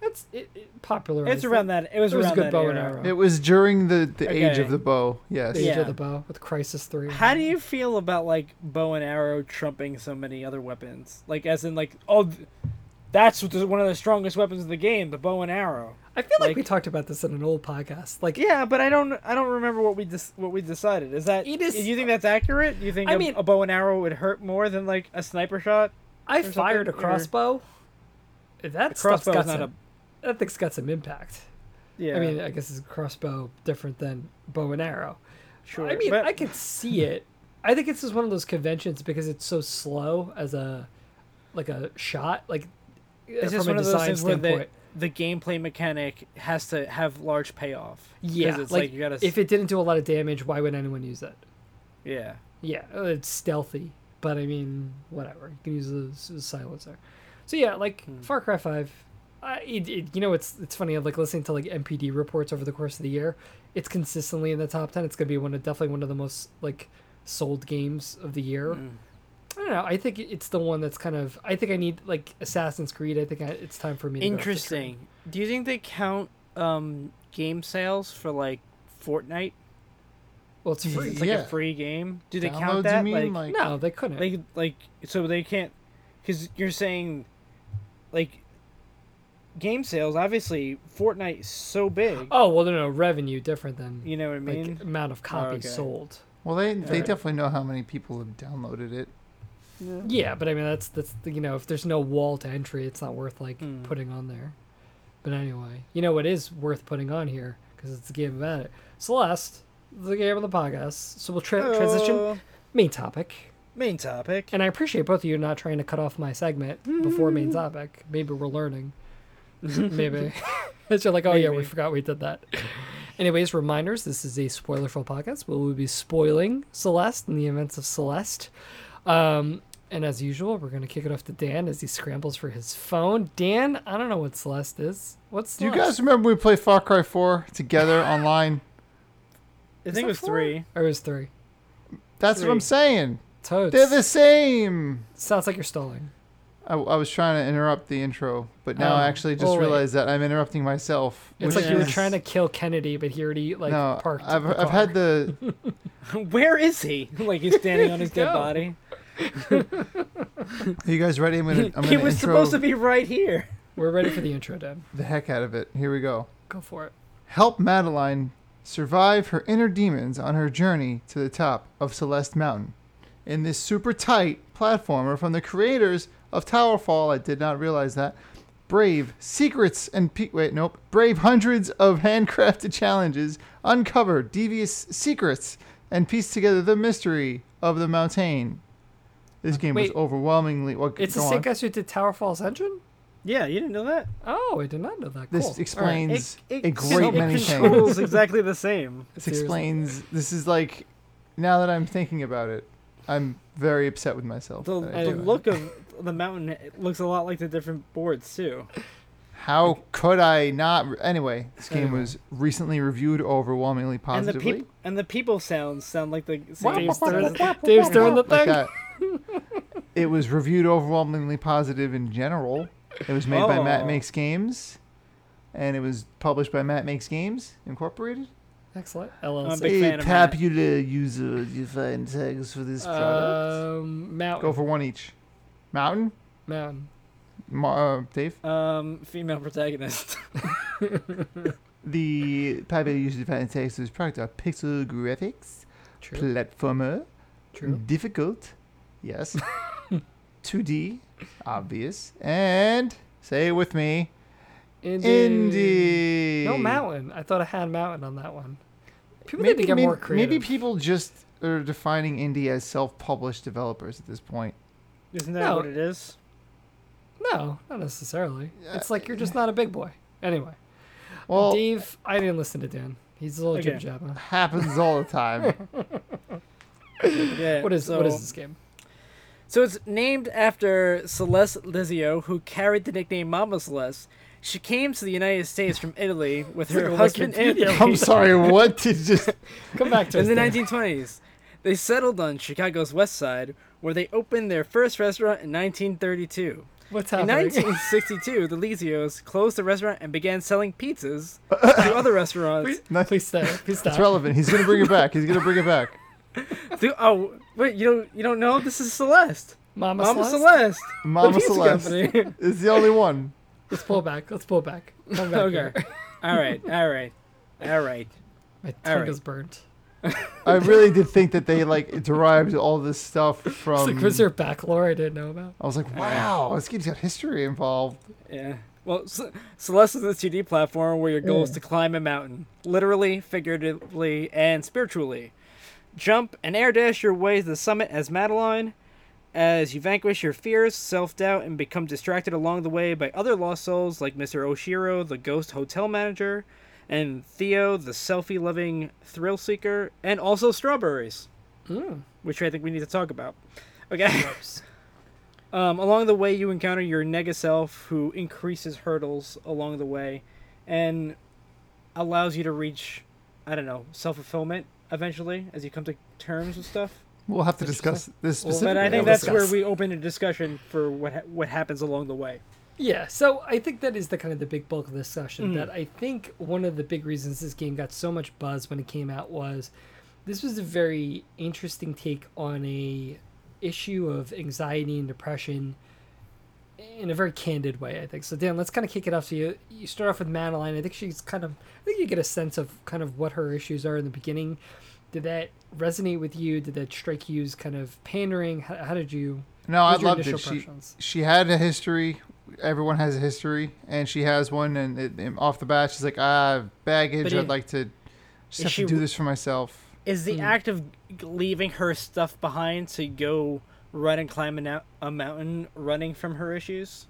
Speaker 1: That's it, it popularized.
Speaker 3: It's around that. It was
Speaker 1: It was a
Speaker 3: around
Speaker 1: good
Speaker 3: that
Speaker 1: bow and
Speaker 3: era.
Speaker 1: arrow.
Speaker 2: It was during the, the age
Speaker 3: Okay.
Speaker 2: of the bow. Yes.
Speaker 1: The Age
Speaker 3: Yeah.
Speaker 1: of the Bow with Crisis Three.
Speaker 3: How do you feel about like bow and arrow trumping so many other weapons? Like, as in, like, oh, th- that's what- one of the strongest weapons of the game, the bow and arrow.
Speaker 1: I feel like,
Speaker 3: like-
Speaker 1: we talked about this in an old podcast. Like,
Speaker 3: Yeah, but I don't, I don't remember what we dis- what we decided. Is that?
Speaker 1: It is-
Speaker 3: Do you think that's accurate? Do you think
Speaker 1: I
Speaker 3: a-
Speaker 1: mean-
Speaker 3: a bow and arrow would hurt more than like a sniper shot?
Speaker 1: I
Speaker 3: something,
Speaker 1: fired a
Speaker 3: or-
Speaker 1: crossbow. That stuff's
Speaker 3: Crossbow's
Speaker 1: got
Speaker 3: not
Speaker 1: some.
Speaker 3: a.
Speaker 1: That thing's got some impact.
Speaker 3: Yeah,
Speaker 1: I mean, uh, I guess it's a crossbow different than bow and arrow.
Speaker 3: sure.
Speaker 1: I mean,
Speaker 3: but,
Speaker 1: I could
Speaker 3: <laughs>
Speaker 1: see it. I think it's just one of those conventions because it's so slow as a like a shot. Like uh,
Speaker 3: it's just
Speaker 1: from
Speaker 3: one
Speaker 1: a
Speaker 3: of those
Speaker 1: design
Speaker 3: things where the,
Speaker 1: standpoint.
Speaker 3: the gameplay mechanic has to have large payoff. 'Cause
Speaker 1: Yeah,
Speaker 3: it's
Speaker 1: like,
Speaker 3: like, you gotta. s-
Speaker 1: if it didn't do a lot of damage, why would anyone use it?
Speaker 3: yeah,
Speaker 1: Yeah, uh, it's stealthy, but I mean, whatever. You can use a, s- a silencer. So yeah, like
Speaker 3: Hmm.
Speaker 1: Far Cry Five. I it, it, you know, it's it's funny. Like listening to like MPD reports over the course of the year, it's consistently in the top ten. It's gonna be one of definitely one of the most like sold games of the year.
Speaker 3: Hmm.
Speaker 1: I don't know. I think it's the one that's kind of. I think I need like Assassin's Creed. I think I, it's time for me. to go off the train.
Speaker 3: Interesting. Do you think they count um, game sales for like Fortnite?
Speaker 1: Well, it's free.
Speaker 3: It's like
Speaker 2: Yeah.
Speaker 3: a free game. Do they
Speaker 2: Downloads, you
Speaker 3: count that?
Speaker 2: mean? Like-
Speaker 3: like,
Speaker 1: no, they couldn't.
Speaker 3: like, like, so they can't, because you're saying, like, game sales. Obviously, Fortnite's so big.
Speaker 1: oh well, no, no revenue different than
Speaker 3: You know what I
Speaker 1: like
Speaker 3: mean? Oh,
Speaker 1: amount of copies
Speaker 3: okay.
Speaker 1: sold.
Speaker 2: Well, they they
Speaker 1: Alright.
Speaker 2: definitely know how many people have downloaded it.
Speaker 1: Yeah, but I mean that's that's the- you know if there's no wall to entry, it's not worth like
Speaker 3: Mm.
Speaker 1: putting on there. But anyway, you know what is worth putting on here because it's a game about it. Celeste, the game on the podcast. So we'll tra- transition
Speaker 3: Uh,
Speaker 1: main topic.
Speaker 3: main topic.
Speaker 1: And I appreciate both of you not trying to cut off my segment before main topic. Maybe we're learning. Maybe. <laughs> it's just like, oh yeah, we
Speaker 3: Maybe.
Speaker 1: forgot we did that. Anyways, reminders, this is a spoilerful podcast where we'll be spoiling Celeste and the events of Celeste. Um, and as usual, we're gonna kick it off to Dan as he scrambles for his phone. Dan, I don't know what Celeste is. What's
Speaker 2: Do you
Speaker 1: Celeste?
Speaker 2: guys remember we played Far Cry 4
Speaker 1: <laughs>
Speaker 2: together online?
Speaker 3: I think it was
Speaker 1: that four?
Speaker 3: three.
Speaker 1: Or is Oh, three?
Speaker 2: That's what I'm
Speaker 3: Three.
Speaker 2: saying.
Speaker 1: Toads.
Speaker 2: They're the same.
Speaker 1: Sounds like you're stalling.
Speaker 2: I, I was trying to interrupt the intro, but now I
Speaker 1: Oh,
Speaker 2: actually just
Speaker 1: well, wait.
Speaker 2: realized that I'm interrupting myself.
Speaker 1: It's
Speaker 2: which
Speaker 1: like you were
Speaker 2: is-
Speaker 1: trying to kill Kennedy, but he already like
Speaker 2: no,
Speaker 1: parked.
Speaker 2: I've,
Speaker 1: the car.
Speaker 2: I've
Speaker 1: <laughs>
Speaker 2: had the.
Speaker 3: <laughs> Where is he? like he's standing on his dead
Speaker 1: Go.
Speaker 3: body.
Speaker 2: Are you guys ready? I'm gonna. I'm
Speaker 3: he
Speaker 2: gonna intro
Speaker 3: was supposed to be right here.
Speaker 1: We're ready for the intro, Dan.
Speaker 2: the heck out of it. Here we go.
Speaker 1: Go for it.
Speaker 2: help Madeline survive her inner demons on her journey to the top of Celeste Mountain. In this super tight platformer from the creators of Towerfall, I did not realize that. Brave secrets and pe- wait, nope. Brave hundreds of handcrafted <laughs> challenges, uncover devious secrets, and piece together the mystery of the mountain. This game
Speaker 1: Wait.
Speaker 2: was overwhelmingly. Well,
Speaker 1: It's the
Speaker 2: go
Speaker 1: same
Speaker 2: on.
Speaker 1: guys who did Tower Falls Engine.
Speaker 3: Yeah, you didn't know that.
Speaker 1: Oh, I did not know that. Cool.
Speaker 2: This
Speaker 1: All right.
Speaker 2: explains
Speaker 3: It- it-
Speaker 2: a
Speaker 1: it
Speaker 2: great many things.
Speaker 3: Controls <laughs> exactly
Speaker 2: <laughs>
Speaker 3: the same.
Speaker 2: This
Speaker 1: Seriously.
Speaker 2: explains. This is like, now that I'm thinking about it, I'm very upset with myself.
Speaker 3: The,
Speaker 2: that I
Speaker 3: the
Speaker 2: do it.
Speaker 3: look of the mountain it looks a lot like the different boards too.
Speaker 2: How could I not? re- Anyway, this game was recently reviewed overwhelmingly
Speaker 3: And the
Speaker 2: positively.
Speaker 3: peop <laughs> and the people sounds sound like the same.
Speaker 1: Dave's
Speaker 3: sound-
Speaker 1: throwing, Dave's throwing the
Speaker 2: like
Speaker 1: thing.
Speaker 2: that. it was reviewed overwhelmingly positive in general. It was made by Matt
Speaker 3: Oh.
Speaker 2: Makes Games, and it was published by Matt Makes Games Incorporated.
Speaker 1: Excellent.
Speaker 3: I'm a
Speaker 1: LLC.
Speaker 3: big fan of Matt. Uh,
Speaker 2: popular user defined tags for this
Speaker 1: Um, mountain.
Speaker 2: Uh, Go for one each. Mountain,
Speaker 1: mountain.
Speaker 2: Ma- uh, Dave.
Speaker 3: Um, female protagonist. <laughs>
Speaker 2: The popular user defined text is product of pixel graphics,
Speaker 1: True.
Speaker 2: platformer,
Speaker 1: True.
Speaker 2: difficult,
Speaker 1: <laughs>
Speaker 2: yes, 2D, obvious, and say it with me, indie.
Speaker 1: No mountain. I thought I had mountain on that one. People need
Speaker 2: Maybe,
Speaker 1: to get
Speaker 2: may-
Speaker 1: more creative.
Speaker 2: maybe people just are defining indie as self published developers at this point.
Speaker 3: Isn't that
Speaker 1: No.
Speaker 3: what it is?
Speaker 1: no, not necessarily. It's like you're just not a big boy. Anyway,
Speaker 2: Well,
Speaker 1: Dave, I didn't listen to Dan. He's a little
Speaker 3: Okay.
Speaker 1: jib jabber.
Speaker 2: happens all
Speaker 1: <laughs>
Speaker 2: the time.
Speaker 3: Yeah.
Speaker 1: What is
Speaker 3: so,
Speaker 1: what is this game?
Speaker 3: So it's named after Celeste Lizio, who carried the nickname Mama Celeste. She came to the United States from Italy with
Speaker 1: It's like
Speaker 3: her
Speaker 1: a
Speaker 3: husband and
Speaker 1: Wikipedia
Speaker 2: I'm sorry, what
Speaker 1: <laughs>
Speaker 2: did just.
Speaker 1: Come back to
Speaker 2: <laughs>
Speaker 3: In
Speaker 1: us,
Speaker 3: the
Speaker 1: Dan.
Speaker 3: 1920s, they settled on Chicago's West Side, where they opened their first restaurant in 1932.
Speaker 1: What's
Speaker 3: In
Speaker 1: happening?
Speaker 3: 1962, the Lizios closed the restaurant and began selling
Speaker 1: <laughs>
Speaker 3: pizzas to other restaurants.
Speaker 2: Nothing.
Speaker 1: <laughs> Please stop. Please
Speaker 2: It's
Speaker 1: stop.
Speaker 2: relevant. He's gonna bring it back. He's gonna bring it back.
Speaker 3: Do- oh, wait, you don't you don't know? This is Celeste.
Speaker 1: Mama,
Speaker 3: Mama
Speaker 1: Celeste?
Speaker 3: Celeste.
Speaker 2: Mama
Speaker 3: the pizza
Speaker 2: Celeste
Speaker 3: company.
Speaker 2: is the only one.
Speaker 1: Let's pull back. Let's pull back. Come back
Speaker 3: okay.
Speaker 1: here.
Speaker 3: <laughs> All right. All right. All right.
Speaker 1: My tongue
Speaker 3: right.
Speaker 1: is burnt. <laughs>
Speaker 2: I really did think that they like derived all this
Speaker 1: <laughs>
Speaker 2: stuff
Speaker 1: It's
Speaker 2: from.
Speaker 3: Um,
Speaker 1: like, was there back lore I didn't know about?
Speaker 2: I was like, wow, this game's got history involved.
Speaker 3: Yeah. Well, C- Celeste is a 2D platform where your goal is to climb a mountain, literally, figuratively, and spiritually. Jump and air dash your way to the summit as Madeline, as you vanquish your fears, self doubt, and become distracted along the way by other lost souls like Mr. Oshiro, the ghost hotel manager, and Theo, the selfie loving thrill seeker, and also strawberries, which I think we need to talk about. Okay. <laughs> Um, along the way, you encounter your nega self, who increases hurdles along the way, and allows you to reach, I don't know, self fulfillment eventually as you come to terms with stuff.
Speaker 2: We'll have to discuss this
Speaker 1: Well,
Speaker 2: specifically.
Speaker 1: then
Speaker 3: But I think
Speaker 1: we'll
Speaker 3: that's where
Speaker 1: discuss.
Speaker 3: we open a discussion for what ha- what happens along the way.
Speaker 1: Yeah, so I think that is the kind of the big bulk of this session.
Speaker 2: Mm.
Speaker 1: That I think one of the big reasons this game got so much buzz when it came out was this was a very interesting take on a issue of anxiety and depression in a very candid way. I think so. Dan, let's kind of kick it off to you. You start off with Madeline. I think she's kind of. I think you get a sense of kind of what her issues are in the beginning. Did that resonate with you? Did that strike you as kind of pandering? How, how did you?
Speaker 2: No, I
Speaker 1: What's your
Speaker 2: loved it.
Speaker 1: initial
Speaker 2: She,
Speaker 1: impressions?
Speaker 2: she had a history. Everyone has a history, and she has one. And it, and off the bat, she's like, ah, baggage.
Speaker 3: But
Speaker 2: I'd
Speaker 3: it-
Speaker 2: like to just
Speaker 3: is
Speaker 2: have
Speaker 3: she-
Speaker 2: to do this for myself.
Speaker 3: Is
Speaker 2: Hmm.
Speaker 3: the act of leaving her stuff behind to go run and climb a, nou- a mountain, running from her issues,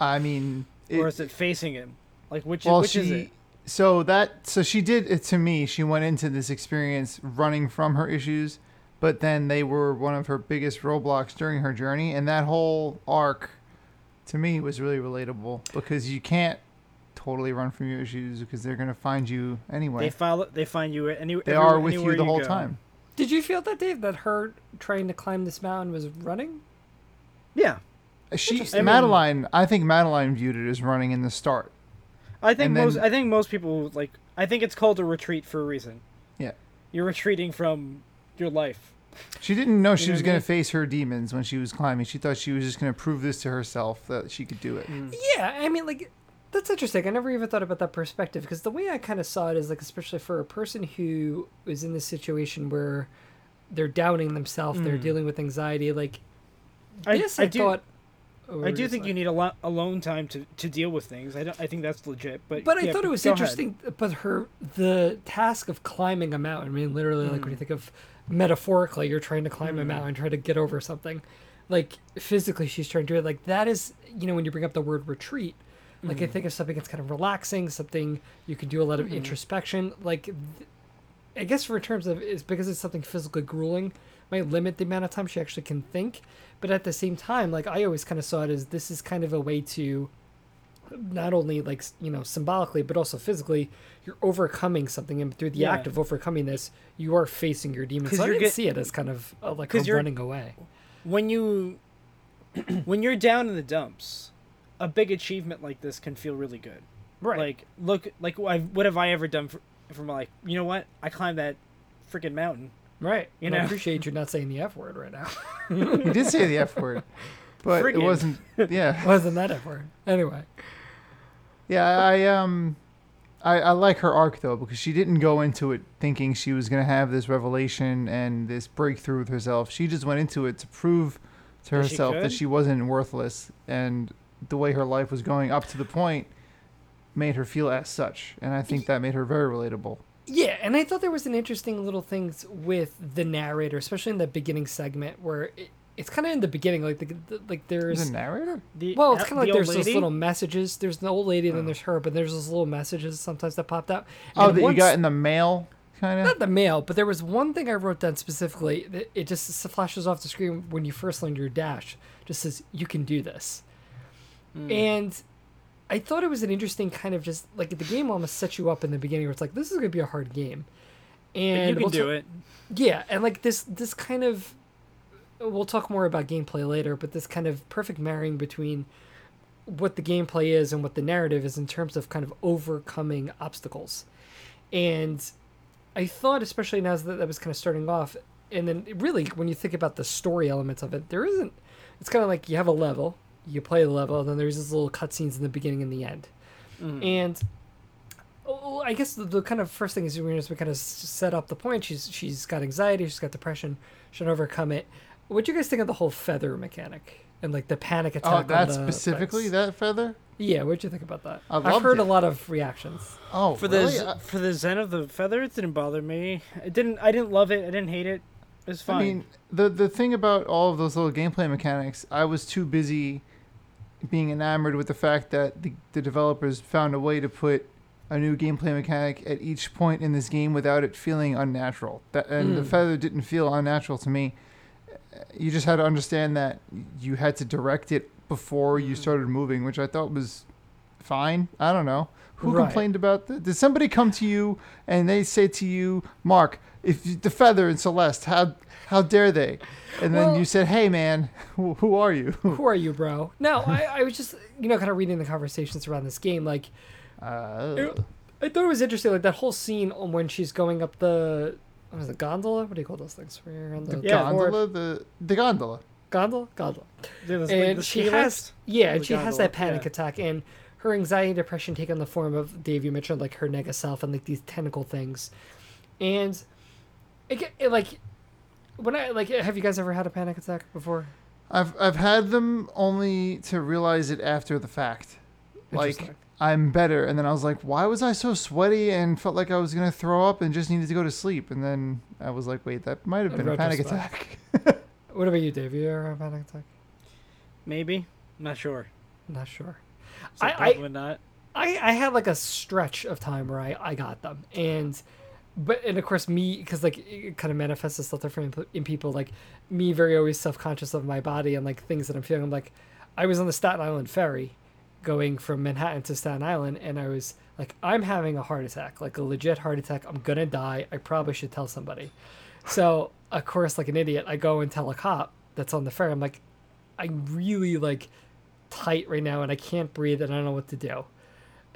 Speaker 2: I mean, it,
Speaker 3: or is it facing him? Like which
Speaker 2: well,
Speaker 3: which
Speaker 2: she.
Speaker 3: is it?
Speaker 2: So that so she did it to me. She went into this experience running from her issues, but then they were one of her biggest roadblocks during her journey, and that whole arc to me was really relatable because you can't totally run from your issues because they're going to find you anyway.
Speaker 3: They follow. They find you at any.
Speaker 2: They
Speaker 3: everywhere-
Speaker 2: are with you
Speaker 3: anywhere
Speaker 2: the whole
Speaker 3: go.
Speaker 2: time.
Speaker 1: Did you feel that, Dave, that her trying to climb this mountain was running?
Speaker 3: Yeah,
Speaker 2: She
Speaker 3: Interesting.
Speaker 2: Madeline, I think Madeline viewed it as running in the start.
Speaker 3: I think
Speaker 2: And then-
Speaker 3: most. I think most people like. I think it's called a retreat for a reason.
Speaker 2: Yeah.
Speaker 3: You're retreating from your life.
Speaker 2: She didn't know she
Speaker 3: know
Speaker 2: was
Speaker 3: what I
Speaker 2: going
Speaker 3: mean?
Speaker 2: to face her demons when she was climbing. She thought she was just going to prove this to herself that she could do it.
Speaker 3: Hmm.
Speaker 1: Yeah, I mean, like, that's interesting. I never even thought about that perspective because the way I kind of saw it is, like, especially for a person who is in this situation where they're doubting themselves, they're dealing with anxiety, like,
Speaker 3: I,
Speaker 1: yes, Mm. I,
Speaker 3: I, do.
Speaker 1: thought.
Speaker 3: I do think you need a lot alone time to, to deal with things. I don't. I think that's legit. But
Speaker 1: But
Speaker 3: yeah,
Speaker 1: I thought it was
Speaker 3: go ahead.
Speaker 1: interesting. But her the task of climbing a mountain. I mean, literally, like when
Speaker 3: Hmm.
Speaker 1: you think of metaphorically, you're trying to climb a mountain, try to get over something. Like physically, she's trying to do it. Like that is, you know, when you bring up the word retreat, like
Speaker 3: Hmm.
Speaker 1: I think of something that's kind of relaxing, something you can do a lot of introspection. Like, th- I guess for terms of is because it's something physically grueling, might limit the amount of time she actually can think. But at the same time, like I always kind of saw it as this is kind of a way to not only like s- you know symbolically but also physically you're overcoming something and through the
Speaker 3: Yeah.
Speaker 1: act of overcoming this you are facing your demons
Speaker 3: 'Cause
Speaker 1: so i
Speaker 3: you're
Speaker 1: didn't
Speaker 3: get-
Speaker 1: see it as kind of uh, like a
Speaker 3: 'cause you're-
Speaker 1: running away
Speaker 3: when you <clears throat> when you're down in the dumps. A big achievement like this can feel really good.
Speaker 1: right
Speaker 3: Like look, like i what have I ever done for, for my life? You know what? I climbed that freaking mountain.
Speaker 1: right
Speaker 3: you
Speaker 1: and i
Speaker 3: know.
Speaker 1: appreciate you're not saying the f word right now <laughs>
Speaker 2: He did say the F
Speaker 3: <laughs>
Speaker 2: word, but
Speaker 3: Friggin'.
Speaker 2: it wasn't. Yeah,
Speaker 1: wasn't that f word anyway
Speaker 2: yeah. I um, I, I like her arc though because she didn't go into it thinking she was gonna have this revelation and this breakthrough with herself. She just went into it to prove to
Speaker 3: That she
Speaker 2: herself that
Speaker 3: could?
Speaker 2: she wasn't worthless, and the way her life was going up to the point made her feel as such. And I think that made her very relatable.
Speaker 1: Yeah, and I thought there was an interesting little things with the narrator, especially in the beginning segment where it, it's kind of in the beginning, like the, the like
Speaker 2: Is
Speaker 1: there's
Speaker 2: it narrator?
Speaker 3: The,
Speaker 1: well, it's
Speaker 3: uh,
Speaker 1: kind of like
Speaker 3: the old
Speaker 1: there's those
Speaker 3: lady? Oh.
Speaker 1: little messages. There's the old lady, and then there's her, but there's those little messages sometimes that popped out.
Speaker 2: Oh,
Speaker 1: And
Speaker 2: that you
Speaker 1: once-
Speaker 2: got in the mail, kind
Speaker 1: not
Speaker 2: of.
Speaker 1: the mail, but there was one thing I wrote down specifically. That it just s- flashes off the screen when you first land your dash. Just says you can do this,
Speaker 3: Hmm.
Speaker 1: and I thought it was an interesting kind of just like the game almost sets you up in the beginning where it's like this is going to be a hard game, and
Speaker 3: You can
Speaker 1: we'll
Speaker 3: do
Speaker 1: ta-
Speaker 3: it.
Speaker 1: yeah, and like this this kind of we'll talk more about gameplay later, but this kind of perfect marrying between what the gameplay is and what the narrative is in terms of kind of overcoming obstacles. And I thought, especially now that that was kind of starting off, and then really when you think about the story elements of it, there isn't. It's kind of like you have a level, you play the level, and then there's these little cutscenes in the beginning and the end.
Speaker 2: Mm.
Speaker 1: And oh, I guess the, the kind of first thing is we just- we kind of s- set up the point. She's she's got anxiety, she's got depression, she'll overcome it. What do you guys think of the whole feather mechanic and like the panic attack?
Speaker 2: Oh,
Speaker 1: on
Speaker 2: that
Speaker 1: the
Speaker 2: specifically,
Speaker 1: bikes?
Speaker 2: that feather.
Speaker 1: Yeah, what'd you think about that?
Speaker 2: I
Speaker 1: I've
Speaker 2: loved
Speaker 1: heard
Speaker 2: it.
Speaker 1: a lot of reactions.
Speaker 2: Oh,
Speaker 3: For the
Speaker 2: really?
Speaker 3: z-
Speaker 2: I-
Speaker 3: for the zen of the feather, it didn't bother me. It didn't. I didn't love it. I didn't hate it. It was fine.
Speaker 2: I mean, the the thing about all of those little gameplay mechanics, I was too busy being enamored with the fact that the, the developers found a way to put a new gameplay mechanic at each point in this game without it feeling unnatural. That and the
Speaker 1: Mm.
Speaker 2: feather didn't feel unnatural to me. Uh, You just had to understand that you had to direct it before you started moving, which I thought was fine. I don't know. Who
Speaker 1: Right.
Speaker 2: complained about that? Did somebody come to you and they say to you, Mark, if you, the feather and Celeste, how how dare they? And then
Speaker 1: Well-
Speaker 2: you said, Hey man, who, who are you? <laughs>
Speaker 1: Who are you, bro? No, I, I was just you know kind of reading the conversations around this game. Like
Speaker 2: Uh,
Speaker 1: It- I thought it was interesting, like that whole scene on when she's going up the what is it, gondola? What do you call those things? Where you're on the,
Speaker 2: the
Speaker 3: Yeah,
Speaker 1: board?
Speaker 2: gondola, the the gondola.
Speaker 1: gondola, gondola.
Speaker 3: There was, like,
Speaker 1: and
Speaker 3: the
Speaker 1: she
Speaker 3: ski
Speaker 1: has
Speaker 3: lift.
Speaker 1: yeah,
Speaker 3: The
Speaker 1: and she has
Speaker 3: gondola,
Speaker 1: that panic
Speaker 3: yeah.
Speaker 1: attack and her anxiety and depression take on the form of Dave you mentioned like her nega self and like these tentacle things. And it, get- it like when I like have you guys ever had a panic attack before?
Speaker 2: I've I've had them only to realize it after the fact. Like
Speaker 1: Interesting.
Speaker 2: I'm better, and then I was like, why was I so sweaty and felt like I was gonna throw up and just needed to go to sleep? And then I was like, wait, that might have
Speaker 1: In
Speaker 2: been a panic
Speaker 1: retrospect.
Speaker 2: attack.
Speaker 1: What about you, Dave? You ever had a panic attack?
Speaker 3: Maybe. I'm not sure.
Speaker 1: Not sure.
Speaker 3: So
Speaker 1: I- I-
Speaker 3: probably not.
Speaker 1: I, I had like a stretch of time where I, I got them and but and of course me because like it kind of manifests itself different in, in people like me very always self-conscious of my body and like things that i'm feeling i'm like i was on the staten island ferry going from manhattan to staten island and i was like i'm having a heart attack like a legit heart attack i'm gonna die i probably should tell somebody so of course like an idiot i go and tell a cop that's on the ferry i'm like i'm really like tight right now and i can't breathe and i don't know what to do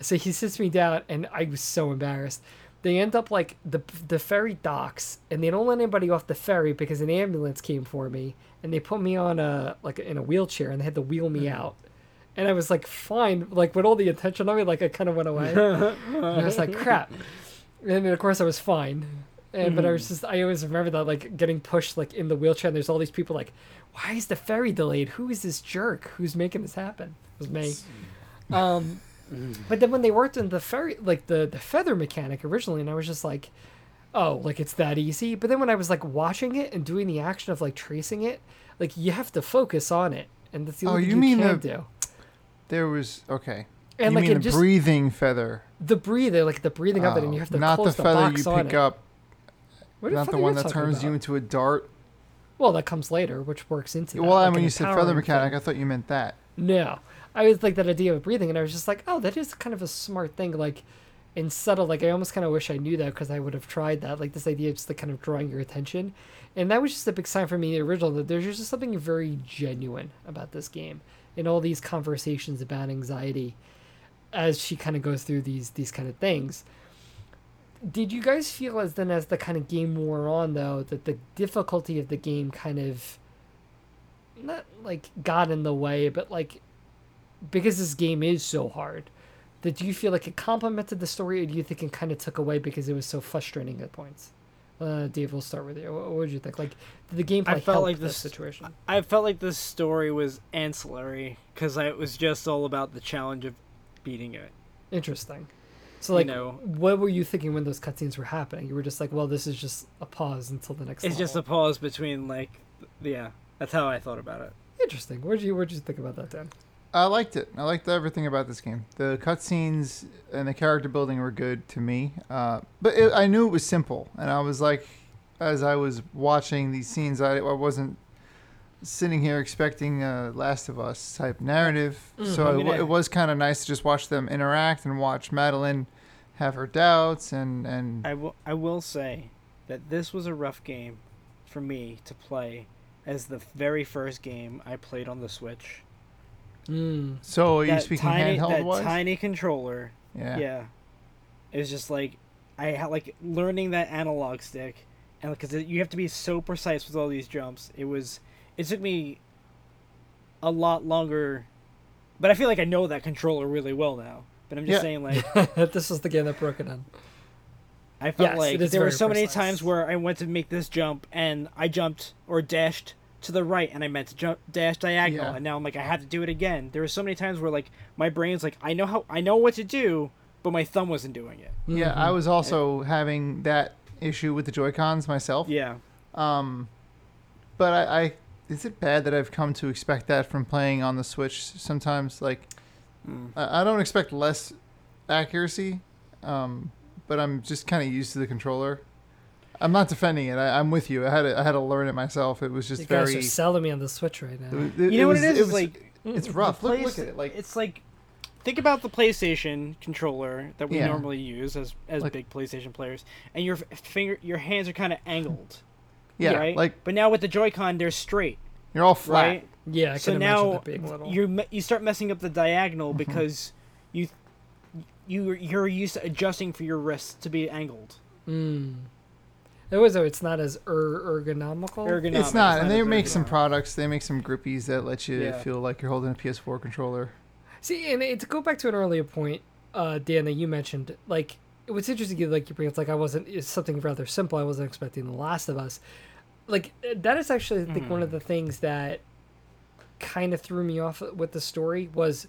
Speaker 1: so he sits me down, and I was so embarrassed. They end up like the the ferry docks, and they don't let anybody off the ferry because an ambulance came for me, and they put me on a like in a wheelchair, and they had to wheel me out. And I was like, fine, like with all the attention on me, like I kind of went
Speaker 2: <laughs>
Speaker 1: away. and I was like, crap. And then, of course, I was fine. And
Speaker 2: Mm-hmm.
Speaker 1: but I was just, I always remember that, like getting pushed like in the wheelchair. And there's all these people like, why is the ferry delayed? Who is this jerk? Who's making this happen? It was me. Um,
Speaker 2: Mm.
Speaker 1: but then when they worked in the ferry, like the the feather mechanic originally, and I was just like, oh, like it's that easy. But then when I was like watching it and doing the action of like tracing it, like you have to focus on it, and that's the
Speaker 2: Oh,
Speaker 1: only
Speaker 2: you
Speaker 1: thing
Speaker 2: mean
Speaker 1: you can
Speaker 2: the-
Speaker 1: do.
Speaker 2: there was okay.
Speaker 1: And
Speaker 2: you
Speaker 1: like
Speaker 2: mean
Speaker 1: it
Speaker 2: a
Speaker 1: just
Speaker 2: breathing feather?
Speaker 1: the breathing, like the breathing of it, and
Speaker 2: Oh,
Speaker 1: you have to
Speaker 2: not
Speaker 1: close
Speaker 2: the
Speaker 1: the,
Speaker 2: feather
Speaker 1: box
Speaker 2: you
Speaker 1: on
Speaker 2: pick
Speaker 1: it.
Speaker 2: up,
Speaker 1: What
Speaker 2: not the
Speaker 1: feather
Speaker 2: one
Speaker 1: you're
Speaker 2: that
Speaker 1: talking
Speaker 2: turns you
Speaker 1: about?
Speaker 2: into a dart.
Speaker 1: Well, that comes later, which works into. That,
Speaker 2: Well,
Speaker 1: like
Speaker 2: I mean,
Speaker 1: an
Speaker 2: when you said feather
Speaker 1: empowering
Speaker 2: mechanic,
Speaker 1: thing.
Speaker 2: I thought you meant that.
Speaker 1: No, I was like that idea of breathing, and I was just like, oh, that is kind of a smart thing, like, and subtle. Like, I almost kind of wish I knew that because I would have tried that. Like this idea of just like kind of drawing your attention, and that was just a big sign for me, the original, that there's just something very genuine about this game and all these conversations about anxiety as she kind of goes through these these kind of things. Did you guys feel as then as the kind of game wore on though that the difficulty of the game kind of not like got in the way, but like because this game is so hard, that do you feel like it complemented the story, or do you think it kind of took away because it was so frustrating at points? Uh, Dave, we'll start with you. What, what would you think? Like, did the gameplay
Speaker 3: I felt
Speaker 1: help
Speaker 3: like
Speaker 1: this
Speaker 3: this-
Speaker 1: situation?
Speaker 3: I felt like this story was ancillary because it was just all about the challenge of beating it.
Speaker 1: Interesting. So,
Speaker 3: You
Speaker 1: like,
Speaker 3: know.
Speaker 1: what were you thinking when those cutscenes were happening? You were just like, well, this is just a pause until the next.
Speaker 3: It's just a
Speaker 1: level.
Speaker 3: pause between like, yeah. That's how I thought about it.
Speaker 1: interesting. What did you What did you think about that, Dan?
Speaker 2: I liked it. I liked everything about this game. The cutscenes and the character building were good to me. Uh, but it, I knew it was simple, and I was like, as I was watching these scenes, I, I wasn't sitting here expecting a Last of Us type narrative.
Speaker 1: Mm,
Speaker 2: So
Speaker 3: I'm
Speaker 2: it, wa-
Speaker 3: gonna-
Speaker 2: it was kind of nice to just watch them interact and watch Madeline have her doubts and and
Speaker 3: I will. I will say that this was a rough game for me to play, as the very first game I played on the Switch.
Speaker 1: Mm.
Speaker 2: So are you
Speaker 3: that
Speaker 2: speaking
Speaker 3: tiny,
Speaker 2: handheld
Speaker 3: that
Speaker 2: wise?
Speaker 3: tiny controller.
Speaker 2: yeah.
Speaker 3: Yeah. It was just like I had like learning that analog stick, and because you have to be so precise with all these jumps, it was it took me a lot longer. But I feel like I know that controller really well now. But I'm just
Speaker 2: Yeah.
Speaker 3: saying
Speaker 1: <laughs>
Speaker 3: like
Speaker 1: this was the game that broke it on.
Speaker 3: I felt
Speaker 1: Yes,
Speaker 3: like
Speaker 1: it is
Speaker 3: there were
Speaker 1: very
Speaker 3: so many
Speaker 1: precise.
Speaker 3: times where I went to make this jump and I jumped or dashed to the right and I meant to jump dash diagonal
Speaker 2: Yeah.
Speaker 3: and now I'm like I have to do it again. There were so many times where like my brain's like I know how I know what to do, but my thumb wasn't doing it.
Speaker 1: Mm-hmm.
Speaker 2: Yeah,
Speaker 3: Mm-hmm.
Speaker 2: I was also having that issue with the Joy Cons myself.
Speaker 3: Yeah.
Speaker 2: Um, but I, I is it bad that I've come to expect that from playing on the Switch sometimes? Like,
Speaker 3: Mm.
Speaker 2: I, I don't expect less accuracy, um, but I'm just kind of used to the controller. I'm not defending it. I, I'm with you. I had to, I had to learn it myself. It was just
Speaker 1: You guys
Speaker 2: very. Mm.
Speaker 1: are selling me on the Switch right now.
Speaker 2: it-
Speaker 3: You know what
Speaker 2: was-
Speaker 3: it is?
Speaker 2: was-
Speaker 3: is like
Speaker 2: it's rough.
Speaker 3: the
Speaker 2: Look, look
Speaker 3: place-
Speaker 2: at it. Like
Speaker 3: it's like think about the PlayStation controller that we
Speaker 2: Yeah.
Speaker 3: normally use as as
Speaker 2: Like-
Speaker 3: big PlayStation players, and your f- finger your hands are kind of angled.
Speaker 2: yeah,
Speaker 3: right?
Speaker 2: like
Speaker 3: but now with the Joy-Con they're straight,
Speaker 2: you're all flat.
Speaker 3: right?
Speaker 1: Yeah, I
Speaker 3: so
Speaker 1: can imagine
Speaker 3: now
Speaker 1: that being little.
Speaker 3: you me- you start messing up the
Speaker 2: Mm-hmm.
Speaker 3: diagonal because you you you're used to adjusting for your wrists to be angled.
Speaker 1: Mm. It was though. It's not as er- ergonomical.
Speaker 3: Ergonomic,
Speaker 2: It's not, and they
Speaker 3: as
Speaker 2: make some
Speaker 3: ergonomic.
Speaker 2: products. They make some grippies that let you
Speaker 3: Yeah.
Speaker 2: feel like you're holding a PS4 controller.
Speaker 1: See, and it, to go back to an earlier point, uh, Dan, that you mentioned, like what's interesting, you- like you bring it's like I wasn't it's something rather simple. I wasn't expecting The Last of Us. Like uh, that is actually I think one of the things that kind of threw me off with the story was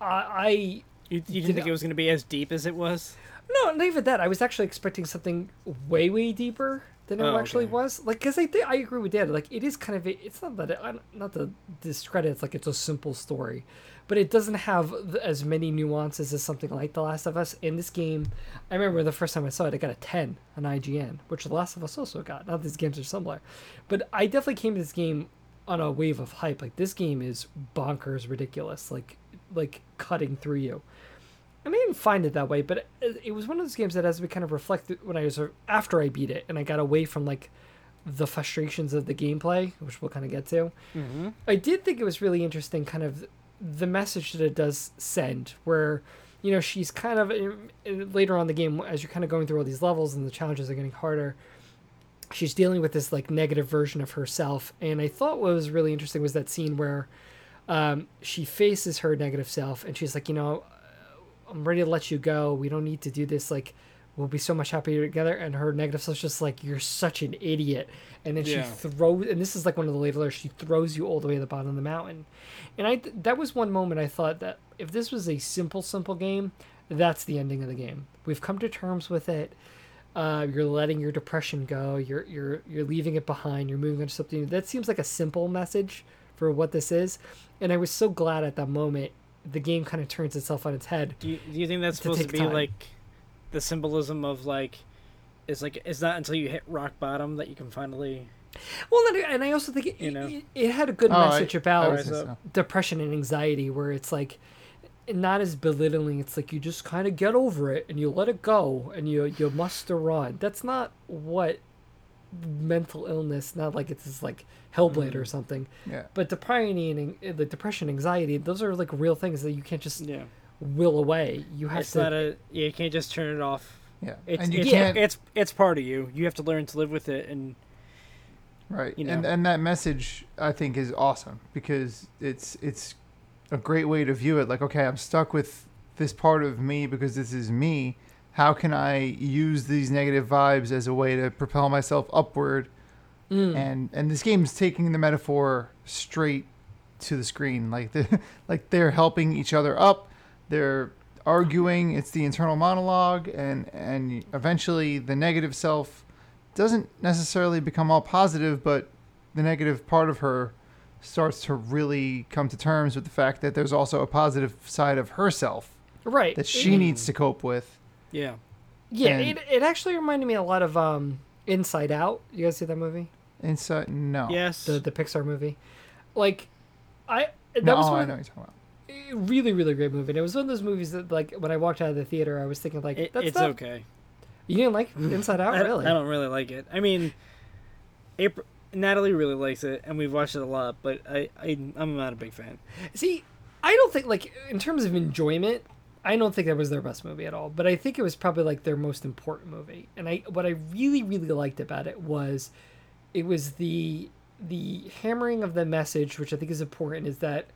Speaker 1: I, I
Speaker 3: You, you
Speaker 1: Did
Speaker 3: didn't think
Speaker 1: I-
Speaker 3: it was going to be as deep as it was?
Speaker 1: No, not even that. I was actually expecting something way, way deeper than it
Speaker 3: Oh,
Speaker 1: actually
Speaker 3: okay.
Speaker 1: was. Like, because I think I agree with Dad. Like, it is kind of a, it's not that it, I don't- not to discredit. It's like it's a simple story, but it doesn't have th- as many nuances as something like The Last of Us. In this game, I remember the first time I saw it, I got a ten on IGN, which The Last of Us also got. Now these games are similar, but I definitely came to this game on a wave of hype. Like this game is bonkers, ridiculous. Like, like cutting through you. I mean, I didn't find it that way, but it, it was one of those games that has me kind of reflect when I was uh, after I beat it and I got away from like the frustrations of the gameplay, which we'll kind of get to.
Speaker 3: Mm-hmm.
Speaker 1: I did think it was really interesting, kind of the message that it does send, where you know she's kind of in- in- later on in the game as you're kind of going through all these levels and the challenges are getting harder. She's dealing with this like negative version of herself, and I thought what was really interesting was that scene where um, she faces her negative self and she's like, you know, I'm ready to let you go. We don't need to do this. Like, we'll be so much happier together. And her negative self's just like, you're such an idiot. And then
Speaker 3: Yeah.
Speaker 1: she throws, and this is like one of the later letters, she throws you all the way to the bottom of the mountain. And I, th- that was one moment I thought that if this was a simple, simple game, that's the ending of the game. We've come to terms with it. Uh, you're letting your depression go. You're you're you're leaving it behind. You're moving on to something. new. That seems like a simple message for what this is. And I was so glad at that moment. The game kind of turns itself on its head
Speaker 3: Do you, do you think that's
Speaker 1: To
Speaker 3: supposed to
Speaker 1: take
Speaker 3: be
Speaker 1: time.
Speaker 3: like the symbolism of like it's like it's not until you hit rock bottom that you can finally
Speaker 1: Well, and I- and I also think it,
Speaker 3: You know?
Speaker 1: it, it had a good
Speaker 2: Oh, I-
Speaker 1: message
Speaker 2: I
Speaker 1: about
Speaker 2: would say
Speaker 3: Rise
Speaker 2: so.
Speaker 3: up.
Speaker 1: depression and anxiety, where it's like not as belittling. It's like you just kind of get over it and you let it go and you you muster on. That's not what mental illness. Not like it's this like Hellblade
Speaker 3: Mm.
Speaker 1: or something.
Speaker 2: Yeah.
Speaker 1: But depression and the depression, anxiety, those are like real things that you can't just
Speaker 3: yeah.
Speaker 1: will away. You have
Speaker 3: It's
Speaker 1: to.
Speaker 3: not a yeah, you can't just turn it off.
Speaker 2: Yeah,
Speaker 3: It's
Speaker 2: and you
Speaker 3: it's,
Speaker 2: can't
Speaker 3: it's it's part of you. You have to learn to live with it and
Speaker 2: right.
Speaker 3: you
Speaker 2: And
Speaker 3: know.
Speaker 2: and that message I think is awesome because it's it's a great way to view it. Like, okay, I'm stuck with this part of me because this is me. How can I use these negative vibes as a way to propel myself upward?
Speaker 1: Mm.
Speaker 2: And and this game's taking the metaphor straight to the screen. Like the <laughs> like they're helping each other up. They're arguing. It's the internal monologue, and and eventually the negative self doesn't necessarily become all positive, but the negative part of her starts to really come to terms with the fact that there's also a positive side of herself
Speaker 1: right.
Speaker 2: that she
Speaker 1: It-
Speaker 2: needs to cope with.
Speaker 3: yeah.
Speaker 1: Yeah,
Speaker 2: and-
Speaker 1: it, it actually reminded me a lot of um, Inside Out. You guys see that movie?
Speaker 2: Inside, no,
Speaker 3: Yes.
Speaker 1: the the Pixar movie. Like, I that
Speaker 2: no,
Speaker 1: was
Speaker 2: I
Speaker 1: one
Speaker 2: know what you're talking about.
Speaker 1: a really really great movie. And it was one of those movies that like when I walked out of the theater, I was thinking like,
Speaker 3: It-
Speaker 1: that's
Speaker 3: it's
Speaker 1: not,
Speaker 3: okay.
Speaker 1: You didn't
Speaker 3: <laughs>
Speaker 1: like Inside Out,
Speaker 3: I,
Speaker 1: really?
Speaker 3: I don't really like it. I mean, April, Natalie really likes it, and we've watched it a lot. But I, I I'm not a big fan.
Speaker 1: See, I don't think like in terms of enjoyment, I don't think that was their best movie at all. But I think it was probably like their most important movie. And I what I really really liked about it was it was the the hammering of the message, which I think is important, is that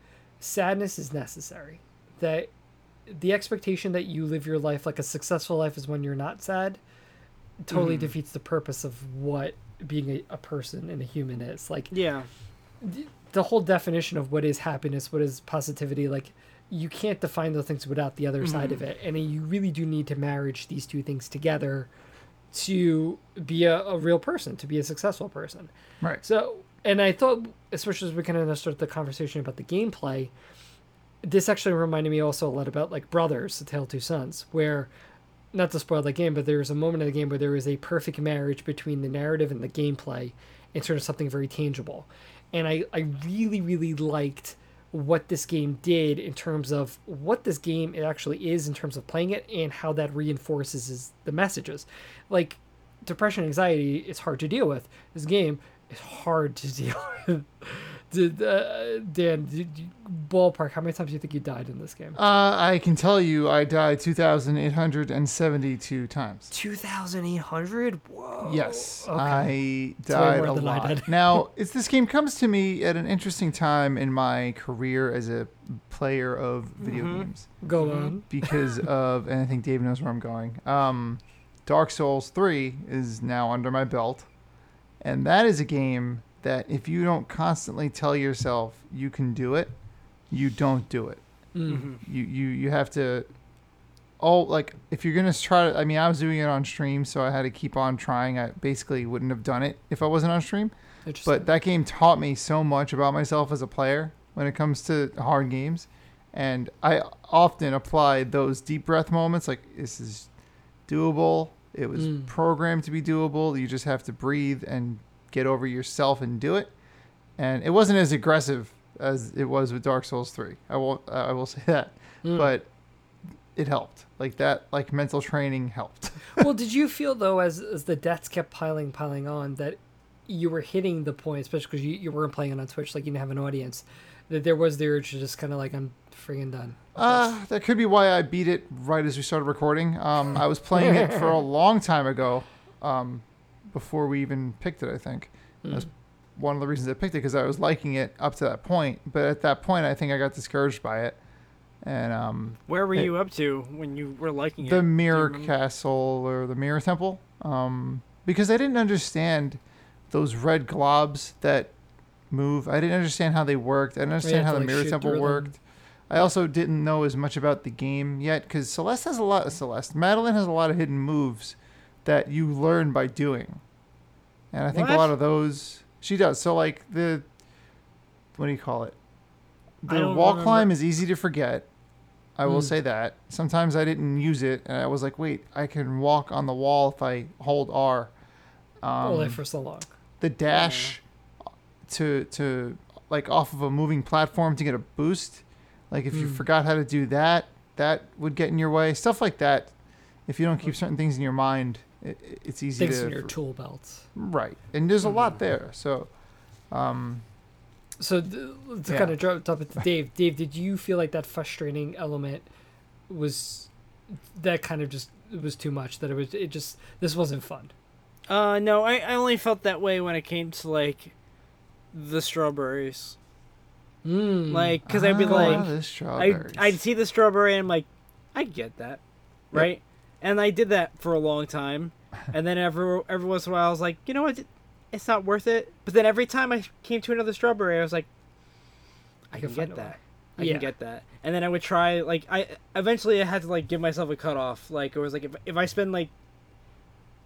Speaker 1: sadness is necessary. That the expectation that you live your life like a successful life is when you're not sad totally defeats the purpose of what being a, a person and a human is. Like
Speaker 3: Yeah.
Speaker 1: the whole definition of what is happiness, what is positivity, like you can't define those things without the other side of it. And you really do need to marriage these two things together to be a, a real person, to be a successful person.
Speaker 2: Right.
Speaker 1: So, and I thought, especially as we kind of start the conversation about the gameplay, this actually reminded me also a lot about like Brothers, The Tale of Two Sons, where not to spoil the game, but there was a moment in the game where there was a perfect marriage between the narrative and the gameplay in sort of something very tangible. And I, I really, really liked what this game did in terms of what this game it actually is in terms of playing it and how that reinforces is the messages. Like depression, anxiety, it's hard to deal with. This game is hard to <laughs> deal with. Did, uh, Dan, did you, ballpark, how many times do you think you died in this game?
Speaker 2: Uh, I can tell you, I died 2,872 times.
Speaker 1: 2,800? Whoa.
Speaker 2: Yes,
Speaker 1: Oh, Okay.
Speaker 2: I
Speaker 1: way
Speaker 2: died
Speaker 1: more
Speaker 2: a
Speaker 1: than I
Speaker 2: lot.
Speaker 1: did. <laughs>
Speaker 2: now, it's this game comes to me at an interesting time in my career as a player of video
Speaker 1: Mm-hmm.
Speaker 2: games
Speaker 1: Go on. <laughs>
Speaker 2: because of, and I think Dave knows where I'm going. Um, Dark Souls 3 is now under my belt, and that is a game that if you don't constantly tell yourself you can do it, you don't do it
Speaker 3: Mm-hmm.
Speaker 1: Mm.
Speaker 2: you you you have to oh like if you're gonna try to i mean i was doing it on stream so i had to keep on trying i basically wouldn't have done it if i wasn't on stream
Speaker 1: Interesting.
Speaker 2: but that game taught me so much about myself as a player when it comes to hard games and i often apply those deep breath moments like this is doable it was
Speaker 1: Mm.
Speaker 2: programmed to be doable you just have to breathe and get over yourself and do it and it wasn't as aggressive as it was with dark souls 3 i will i will <laughs> say that
Speaker 1: Mm.
Speaker 2: but it helped like that like mental training helped
Speaker 1: well, did you feel though, as as the deaths kept piling, piling on, that you were hitting the point, especially because you, you weren't playing it on Twitch, like you didn't have an audience, that there was the urge to just kind of like, I'm friggin' done.
Speaker 2: Uh, that could be why I beat it right as we started recording. Um, I was playing it for a long time ago, um, before we even picked it. I think that's one of the reasons I picked it because I was liking it up to that point. But at that point, I think I got discouraged by it. And um,
Speaker 3: Where were
Speaker 2: Hey.
Speaker 3: you up to when you were liking it?
Speaker 2: the Mirror
Speaker 3: remember?
Speaker 2: Castle or the Mirror Temple, um, because I didn't understand those red globs that move. I didn't understand how they worked. I didn't
Speaker 1: you had
Speaker 2: understand how
Speaker 1: to,
Speaker 2: the
Speaker 1: like,
Speaker 2: Mirror
Speaker 1: shoot
Speaker 2: Temple
Speaker 1: through them.
Speaker 2: worked. I also didn't know as much about the game yet because Celeste has a lot of Celeste. Madeline has a lot of hidden moves that you learn by doing, and I think a
Speaker 3: What?
Speaker 2: lot of those she does. So like the what do you call it?
Speaker 3: I
Speaker 2: The
Speaker 3: don't
Speaker 2: wall
Speaker 3: remember.
Speaker 2: climb is easy to forget. I
Speaker 3: Hmm.
Speaker 2: will
Speaker 1: Mm.
Speaker 2: say that. Sometimes I didn't use it, and I was like, wait, I can walk on the wall if I hold R. Um,
Speaker 1: Only for so long.
Speaker 2: the dash to to like off of a moving platform to get a boost. Like if you
Speaker 3: Hmm.
Speaker 1: Mm.
Speaker 2: forgot how to do that, that would get in your way. Stuff like that. If you don't keep certain things in your mind, it, it's easy
Speaker 1: Things
Speaker 2: to
Speaker 1: in your tool belt.
Speaker 2: right. And there's a
Speaker 3: Hmm.
Speaker 2: lot there. So, um,
Speaker 1: So th- to
Speaker 2: Yeah.
Speaker 1: kind of drop, drop it to Dave. Dave, did you feel like that frustrating element was that kind of just it was too much? That it was it just this wasn't fun.
Speaker 3: Uh, no, I, I only felt that way when it came to like the strawberries.
Speaker 1: Mm.
Speaker 3: Like, cause I'd be
Speaker 2: ah,
Speaker 3: like,
Speaker 2: the
Speaker 3: I
Speaker 2: strawberries.
Speaker 3: I'd see the strawberry and I'm like, I get that, right? And I did that for a long time, and then every every once in a while I was like, you know what, it's not worth it. But then every time I came to another strawberry, I was like, I
Speaker 1: can
Speaker 3: can
Speaker 1: find
Speaker 3: get
Speaker 1: a way.
Speaker 3: that. I
Speaker 1: Yeah.
Speaker 3: can get that. And then I would try like I eventually I had to like give myself a cutoff. Like it was like if if I spend like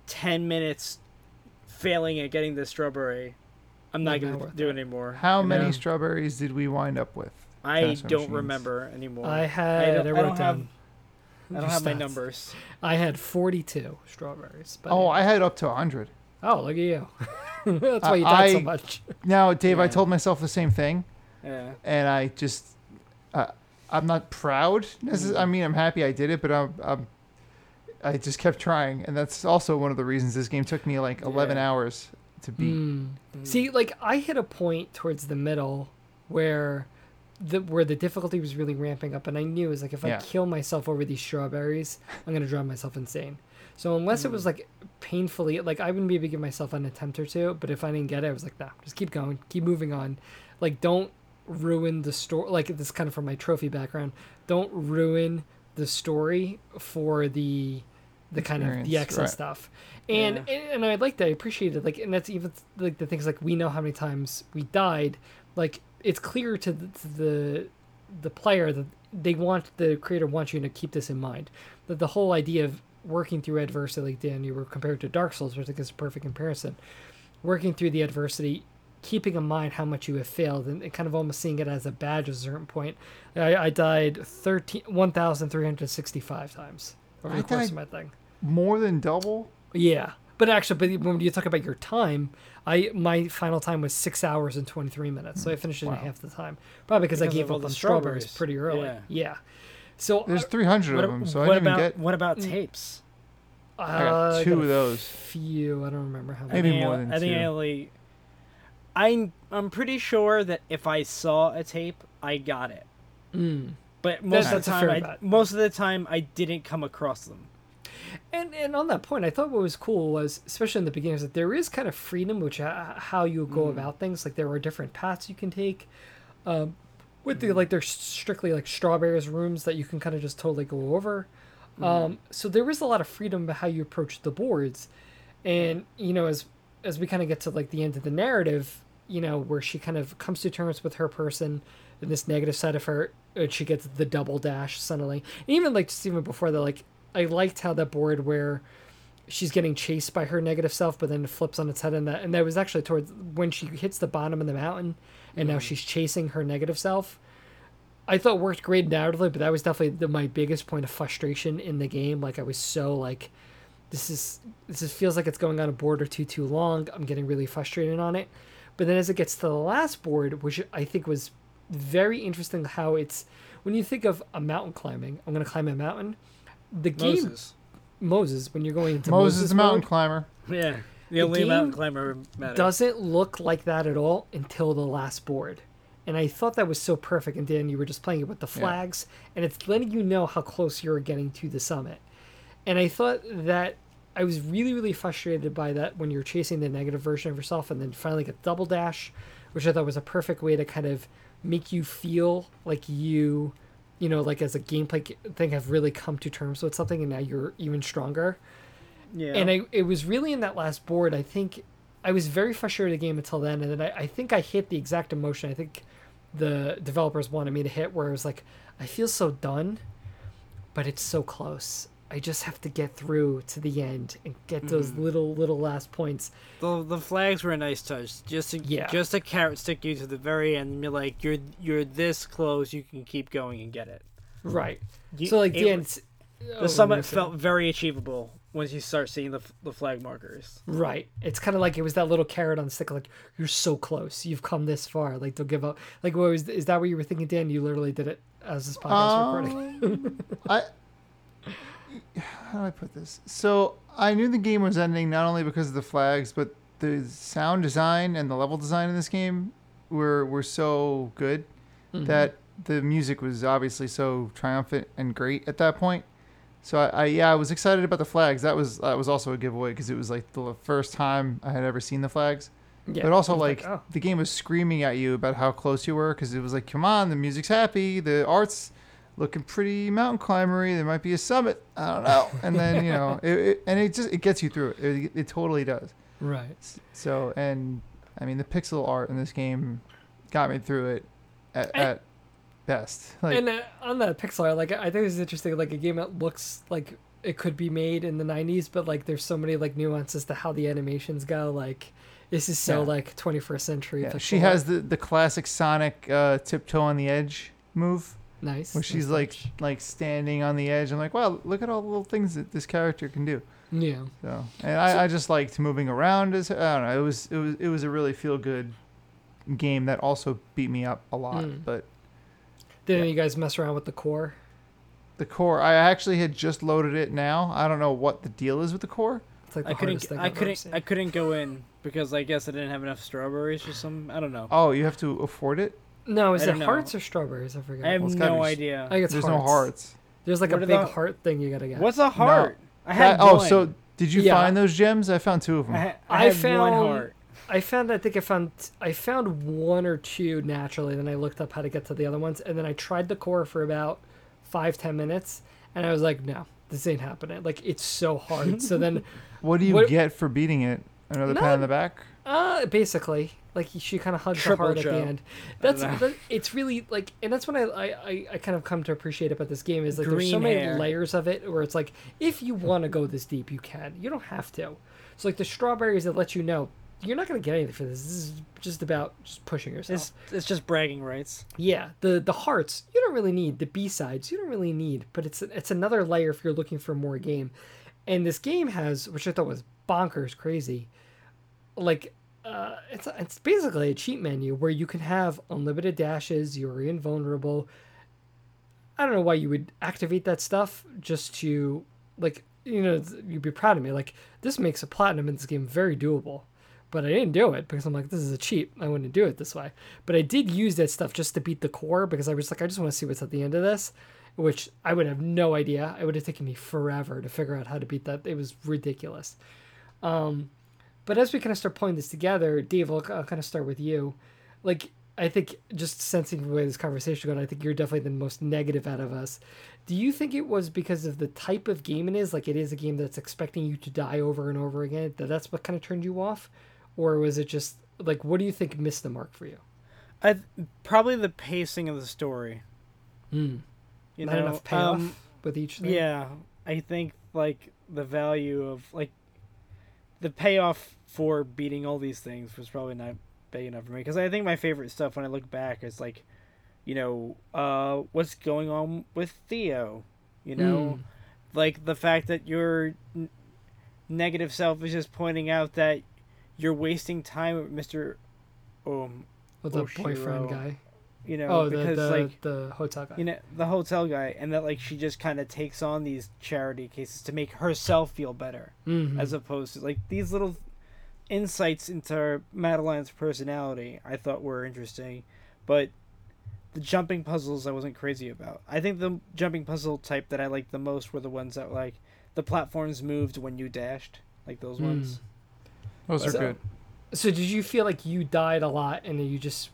Speaker 3: ten minutes failing at getting this strawberry, I'm
Speaker 1: Not
Speaker 3: not gonna
Speaker 1: worth
Speaker 3: do it anymore.
Speaker 2: How
Speaker 3: you
Speaker 2: many
Speaker 3: know?
Speaker 2: strawberries did we wind up with?
Speaker 3: I
Speaker 2: Cash
Speaker 3: don't
Speaker 2: machines?
Speaker 3: remember anymore.
Speaker 1: I
Speaker 3: I,
Speaker 1: had I,
Speaker 3: don't- I
Speaker 1: wrote
Speaker 3: don't have-
Speaker 1: down.
Speaker 3: don't
Speaker 1: your
Speaker 3: have my
Speaker 1: stats.
Speaker 3: numbers.
Speaker 1: I had 42 strawberries. But
Speaker 2: Oh, I had up to 100.
Speaker 1: oh, look at you. <laughs> That's why you
Speaker 2: I-
Speaker 1: died so
Speaker 2: I-
Speaker 1: much.
Speaker 2: Now, Dave, I
Speaker 3: Yeah.
Speaker 2: told myself the same thing,
Speaker 3: Yeah.
Speaker 2: and I just, uh, I'm not proud. necess-
Speaker 3: Mm.
Speaker 2: I mean, I'm happy I did it, but I'm, I'm, I just kept trying, and that's also one of the reasons this game took me like 11
Speaker 3: Yeah. Mm.
Speaker 2: hours to beat.
Speaker 1: Mm. See, like I hit a point towards the middle where the, where the difficulty was really ramping up, and I knew it was like if
Speaker 2: Yeah.
Speaker 1: I kill myself over these strawberries, I'm gonna drive myself insane. So unless
Speaker 2: Mm.
Speaker 1: it was like painfully, like I wouldn't be able to give myself an attempt or two. But if I didn't get it, I was like, nah, just keep going, keep moving on. Like don't ruin the story. Like this is kind of from my trophy background. Don't ruin the story for the the kind of the
Speaker 2: Experience,
Speaker 1: excess
Speaker 2: right.
Speaker 1: stuff. And,
Speaker 3: Yeah.
Speaker 1: and and I like that. I appreciate it. Like and that's even like the things like we know how many times we died. Like it's clear to the, to the the player that they want the creator wants you to keep this in mind that the whole idea of working through adversity like dan you were compared to dark souls which i think is a perfect comparison working through the adversity keeping in mind how much you have failed and, and kind of almost seeing it as a badge at a certain point i, I died 13 1365 times over the
Speaker 2: I
Speaker 1: course
Speaker 2: died-
Speaker 1: of my thing
Speaker 2: More than double.
Speaker 1: yeah but actually but when you talk about your time i my final time was six hours and 23 minutes so i finished it
Speaker 2: Wow.
Speaker 1: in half the time probably because i
Speaker 3: Because of
Speaker 1: gave
Speaker 3: all
Speaker 1: up
Speaker 3: the
Speaker 1: on strawberries
Speaker 3: strawberries.
Speaker 1: pretty early
Speaker 3: Yeah.
Speaker 1: yeah, so uh,
Speaker 2: There's 300
Speaker 1: what-
Speaker 2: of them, so I
Speaker 3: what
Speaker 2: didn't
Speaker 3: about
Speaker 2: even get.
Speaker 3: what about
Speaker 1: Hmm.
Speaker 3: tapes?
Speaker 2: I got
Speaker 1: Uh,
Speaker 2: two
Speaker 1: a
Speaker 2: of those.
Speaker 1: Few. I don't remember how many.
Speaker 2: Maybe
Speaker 3: think I-
Speaker 2: more than
Speaker 3: I think I
Speaker 2: two.
Speaker 3: only. I I'm pretty sure that if I saw a tape, I got it.
Speaker 1: Mm.
Speaker 3: But most of
Speaker 1: That's
Speaker 3: the
Speaker 1: a fair
Speaker 3: time, I,
Speaker 1: bet.
Speaker 3: most of the time, I didn't come across them.
Speaker 1: And and on that point, I thought what was cool was, especially in the beginning, is that there is kind of freedom which uh, how you go about things. Like there are different paths you can take. Um, with the like, there's strictly like strawberries rooms that you can kind of just totally go over. Um, so there is a lot of freedom about how you approach the boards, and you know as as we kind of get to like the end of the narrative, you know where she kind of comes to terms with her person and this negative side of her, and she gets the double dash suddenly. And even like just even before that, like I liked how that board where she's getting chased by her negative self, but then it flips on its head, and that and that was actually towards when she hits the bottom of the mountain, and now she's chasing her negative self. I thought worked great narratively, but that was definitely the, my biggest point of frustration in the game. Like I was so like, this is this is, feels like it's going on a board or two too long. I'm getting really frustrated on it. But then as it gets to the last board, which I think was very interesting, how it's when you think of a mountain climbing, I'm going to climb a mountain. The game
Speaker 3: Moses.
Speaker 1: Moses when you're going into
Speaker 2: Moses,
Speaker 1: Moses,
Speaker 2: the mountain
Speaker 1: mode,
Speaker 2: climber.
Speaker 3: Yeah, the only
Speaker 1: game
Speaker 3: mountain climber matter.
Speaker 1: doesn't look like that at all until the last board. And I thought that was so perfect. And Dan, you were just playing it with the flags, and it's letting you know how close you're getting to the summit. And I thought that I was really, really frustrated by that when you're chasing the negative version of yourself and then finally get double dash, which I thought was a perfect way to kind of make you feel like you, you know, like as a gameplay c- thing, have really come to terms with something and now you're even stronger.
Speaker 3: Yeah,
Speaker 1: And I, it was really in that last board. I think I was very frustrated with the game until then, and then I, I think I hit the exact emotion I think the developers wanted me to hit, where I was like, I feel so done, but it's so close. I just have to get through to the end and get those
Speaker 3: Mm-hmm.
Speaker 1: little little last points.
Speaker 3: the the flags were a nice touch. Just to,
Speaker 1: Yeah.
Speaker 3: just a carrot stick you to the very end, and you're like, you're you're this close. You can keep going and get it.
Speaker 1: Right.
Speaker 3: You-
Speaker 1: so like
Speaker 3: it-
Speaker 1: the end. oh,
Speaker 2: Oh,
Speaker 3: the summit felt very achievable once you start seeing the f- the flag markers.
Speaker 1: Right. It's kind of like it was that little carrot on the stick, like you're so close, you've come this far. Like they'll give up. Like what was is that what you were thinking, Dan? You literally did it as this podcast recording.
Speaker 2: Um, <laughs> I how do I put this? So I knew the game was ending not only because of the flags, but the sound design and the level design in this game were were so good that the music was obviously so triumphant and great at that point. So I, I yeah I was excited about the flags. That was that was also a giveaway because it was like the first time I had ever seen the flags.
Speaker 1: Yeah,
Speaker 2: but also
Speaker 1: it was
Speaker 2: like,
Speaker 1: oh.
Speaker 2: the game was screaming at you about how close you were because it was like, come on, the music's happy, the art's looking pretty mountain climbery. There might be a summit. I
Speaker 1: <laughs>
Speaker 2: don't know. And then you know, it, it and it just it gets you through it. It, it totally does.
Speaker 1: Right.
Speaker 2: S- So and I mean, the pixel art in this game got me through it at,
Speaker 1: I-
Speaker 2: at best. Like
Speaker 1: and uh, on that pixel art, like I think this is interesting. Like a game that looks like it could be made in the '90s, but like there's so many like nuances to how the animations go. Like this is so
Speaker 2: Yeah.
Speaker 1: like 21st century.
Speaker 2: yeah,
Speaker 1: pixel
Speaker 2: she
Speaker 1: art.
Speaker 2: has the the classic Sonic uh, tiptoe on the edge move.
Speaker 1: nice.
Speaker 2: Where she's like like standing on the edge. I'm like, wow, look at all the little things that this character can do.
Speaker 1: yeah.
Speaker 2: So, and I, I just liked moving around. As I don't know, it was it was it was a really feel good game that also beat me up a lot.
Speaker 1: Mm.
Speaker 2: But
Speaker 1: Did
Speaker 2: Yeah.
Speaker 1: any of you guys mess around with the core?
Speaker 2: the core, I actually had just loaded it now. I don't know what the deal is with the core.
Speaker 1: It's like the
Speaker 3: I couldn't
Speaker 1: hardest thing
Speaker 3: I
Speaker 1: I've ever
Speaker 3: couldn't
Speaker 1: seen.
Speaker 3: I couldn't go in because I guess I didn't have enough strawberries or some I don't know.
Speaker 2: Oh, you have Oh, to afford it.
Speaker 1: No, is
Speaker 3: I
Speaker 1: it
Speaker 3: don't know.
Speaker 1: hearts or strawberries? I forget.
Speaker 3: I have
Speaker 2: Well, it's gotta
Speaker 3: no
Speaker 2: be s-
Speaker 3: idea.
Speaker 1: I think it's
Speaker 2: There's
Speaker 1: hearts.
Speaker 2: no hearts.
Speaker 1: There's like
Speaker 3: What
Speaker 1: a
Speaker 3: are
Speaker 1: big
Speaker 3: the-
Speaker 1: heart thing you gotta get.
Speaker 3: What's a heart? I had
Speaker 2: That- oh,
Speaker 3: one.
Speaker 2: so did you
Speaker 1: Yeah.
Speaker 2: find those gems? I found two of them.
Speaker 3: I, ha-
Speaker 1: Mm. I
Speaker 3: I, had
Speaker 1: found-
Speaker 3: one heart.
Speaker 1: I found I think I found I found one or two naturally. Then I looked up how to get to the other ones, and then I tried the core for about five ten minutes, and I was like, no, this ain't happening. Like it's so hard. so
Speaker 3: <laughs>
Speaker 1: then,
Speaker 2: what do you
Speaker 1: what-
Speaker 2: get for beating it? Another pat on the back?
Speaker 1: uh, basically, like she kind of hugs the
Speaker 3: Triple
Speaker 1: heart at the
Speaker 3: jump.
Speaker 1: end. That's
Speaker 3: know.
Speaker 1: that, it's really like, and that's when I, I I I kind of come to appreciate about this game is like there's so
Speaker 3: Green
Speaker 1: many
Speaker 3: hair.
Speaker 1: layers of it where it's like if you want to go this deep, you can. You don't have to. So like the strawberries that let you know. You're not gonna get anything for this. This is just about just pushing yourself.
Speaker 3: It's it's just bragging rights.
Speaker 1: Yeah, the the hearts you don't really need. The B sides you don't really need, but it's it's another layer if you're looking for more game. And this game has, which I thought was bonkers crazy, like uh, it's it's basically a cheat menu where you can have unlimited dashes. You're invulnerable. I don't know why you would activate that stuff just to like you know th- you'd be proud of me. Like this makes a platinum in this game very doable, but I didn't do it because I'm like this is a cheat. I wouldn't do it this way. But I did use that stuff just to beat the core because I was like I just want to see what's at the end of this, which I would have no idea. It would have taken me forever to figure out how to beat that. It was ridiculous. Um, But as we kind of start pulling this together, Dave, I'll, I'll kind of start with you. Like, I think just sensing the way this conversation going, I think you're definitely the most negative out of us. Do you think it was because of the type of game it is? Like, it is a game that's expecting you to die over and over again. That that's what kind of turned you off, or was it just like, what do you think missed the mark for you?
Speaker 3: I probably the pacing of the story. You
Speaker 1: Not
Speaker 3: know,
Speaker 1: enough payoff
Speaker 3: um,
Speaker 1: with each thing.
Speaker 3: yeah, I think like the value of like the payoff for beating all these things was probably not big enough for me because I think my favorite stuff when I look back is like, you know, uh, what's going on with Theo, you
Speaker 1: Hmm.
Speaker 3: know, like the fact that your n- negative self is just pointing out that you're wasting time with Mister, um,
Speaker 1: with the
Speaker 3: Oshiro.
Speaker 1: boyfriend guy.
Speaker 3: you know,
Speaker 1: oh, the
Speaker 3: because
Speaker 1: the,
Speaker 3: like
Speaker 1: the hotel guy.
Speaker 3: you know the hotel guy and that like she just kind of takes on these charity cases to make herself feel better
Speaker 1: Mhm.
Speaker 3: as opposed to like these little insights into madeline's personality i thought were interesting but the jumping puzzles i wasn't crazy about i think the jumping puzzle type that i liked the most were the ones that like the platforms moved when you dashed like those ones
Speaker 2: Those are
Speaker 1: So-
Speaker 2: good.
Speaker 1: So did you feel like you died a lot and then you just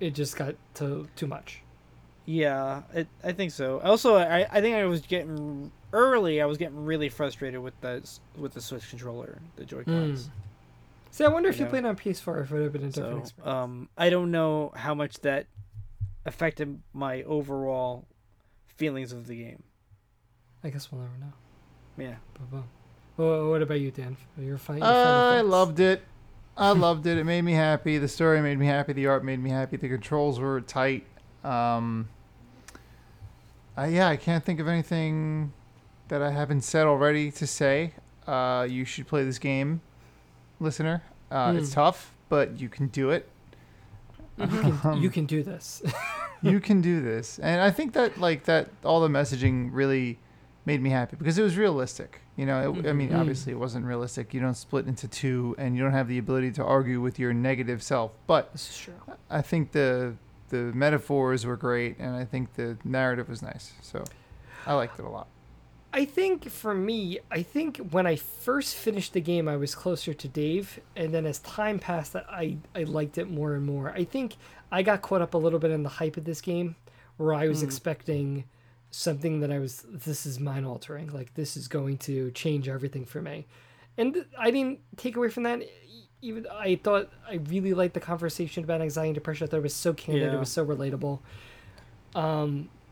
Speaker 1: it just got to too much?
Speaker 3: Yeah, I I think so. Also, I, I think I was getting early. I was getting really frustrated with the s- with the Switch controller, the Joy
Speaker 1: Hmm,
Speaker 3: Cons.
Speaker 1: See, I wonder if you
Speaker 3: Yeah.
Speaker 1: played on PS4 if it would have been a different
Speaker 3: so,
Speaker 1: experience.
Speaker 3: um, I don't know how much that affected my overall feelings of the game.
Speaker 1: I guess we'll never know.
Speaker 3: Yeah,
Speaker 1: But, well, well, what about you, Dan? You're fine.
Speaker 2: Uh, I loved it. I loved it. It made me happy. The story made me happy. The art made me happy. The controls were tight. Um, I, yeah, I can't think of anything that I haven't said already to say. Uh, you should play this game, listener. Uh, It's
Speaker 1: Hmm.
Speaker 2: tough, but you can do it.
Speaker 3: <laughs>
Speaker 1: you can do this.
Speaker 2: you can do this and i think that like that all the messaging really made me happy because it was realistic you know it, i mean
Speaker 1: Mhm.
Speaker 2: obviously it wasn't realistic you don't split into two and you don't have the ability to argue with your negative self but
Speaker 1: this is true.
Speaker 2: i think the the metaphors were great and i think the narrative was nice so i liked it a lot
Speaker 1: I think for me, I think when I first finished the game, I was closer to Dave, and then as time passed, I I liked it more and more. I think I got caught up a little bit in the hype of this game, where I was expecting something that I was this is mind altering, like this is going to change everything for me, and I didn't take away from that. Even I thought I really liked the conversation about anxiety and depression. I thought it was so candid,
Speaker 3: Yeah.
Speaker 1: it was so relatable.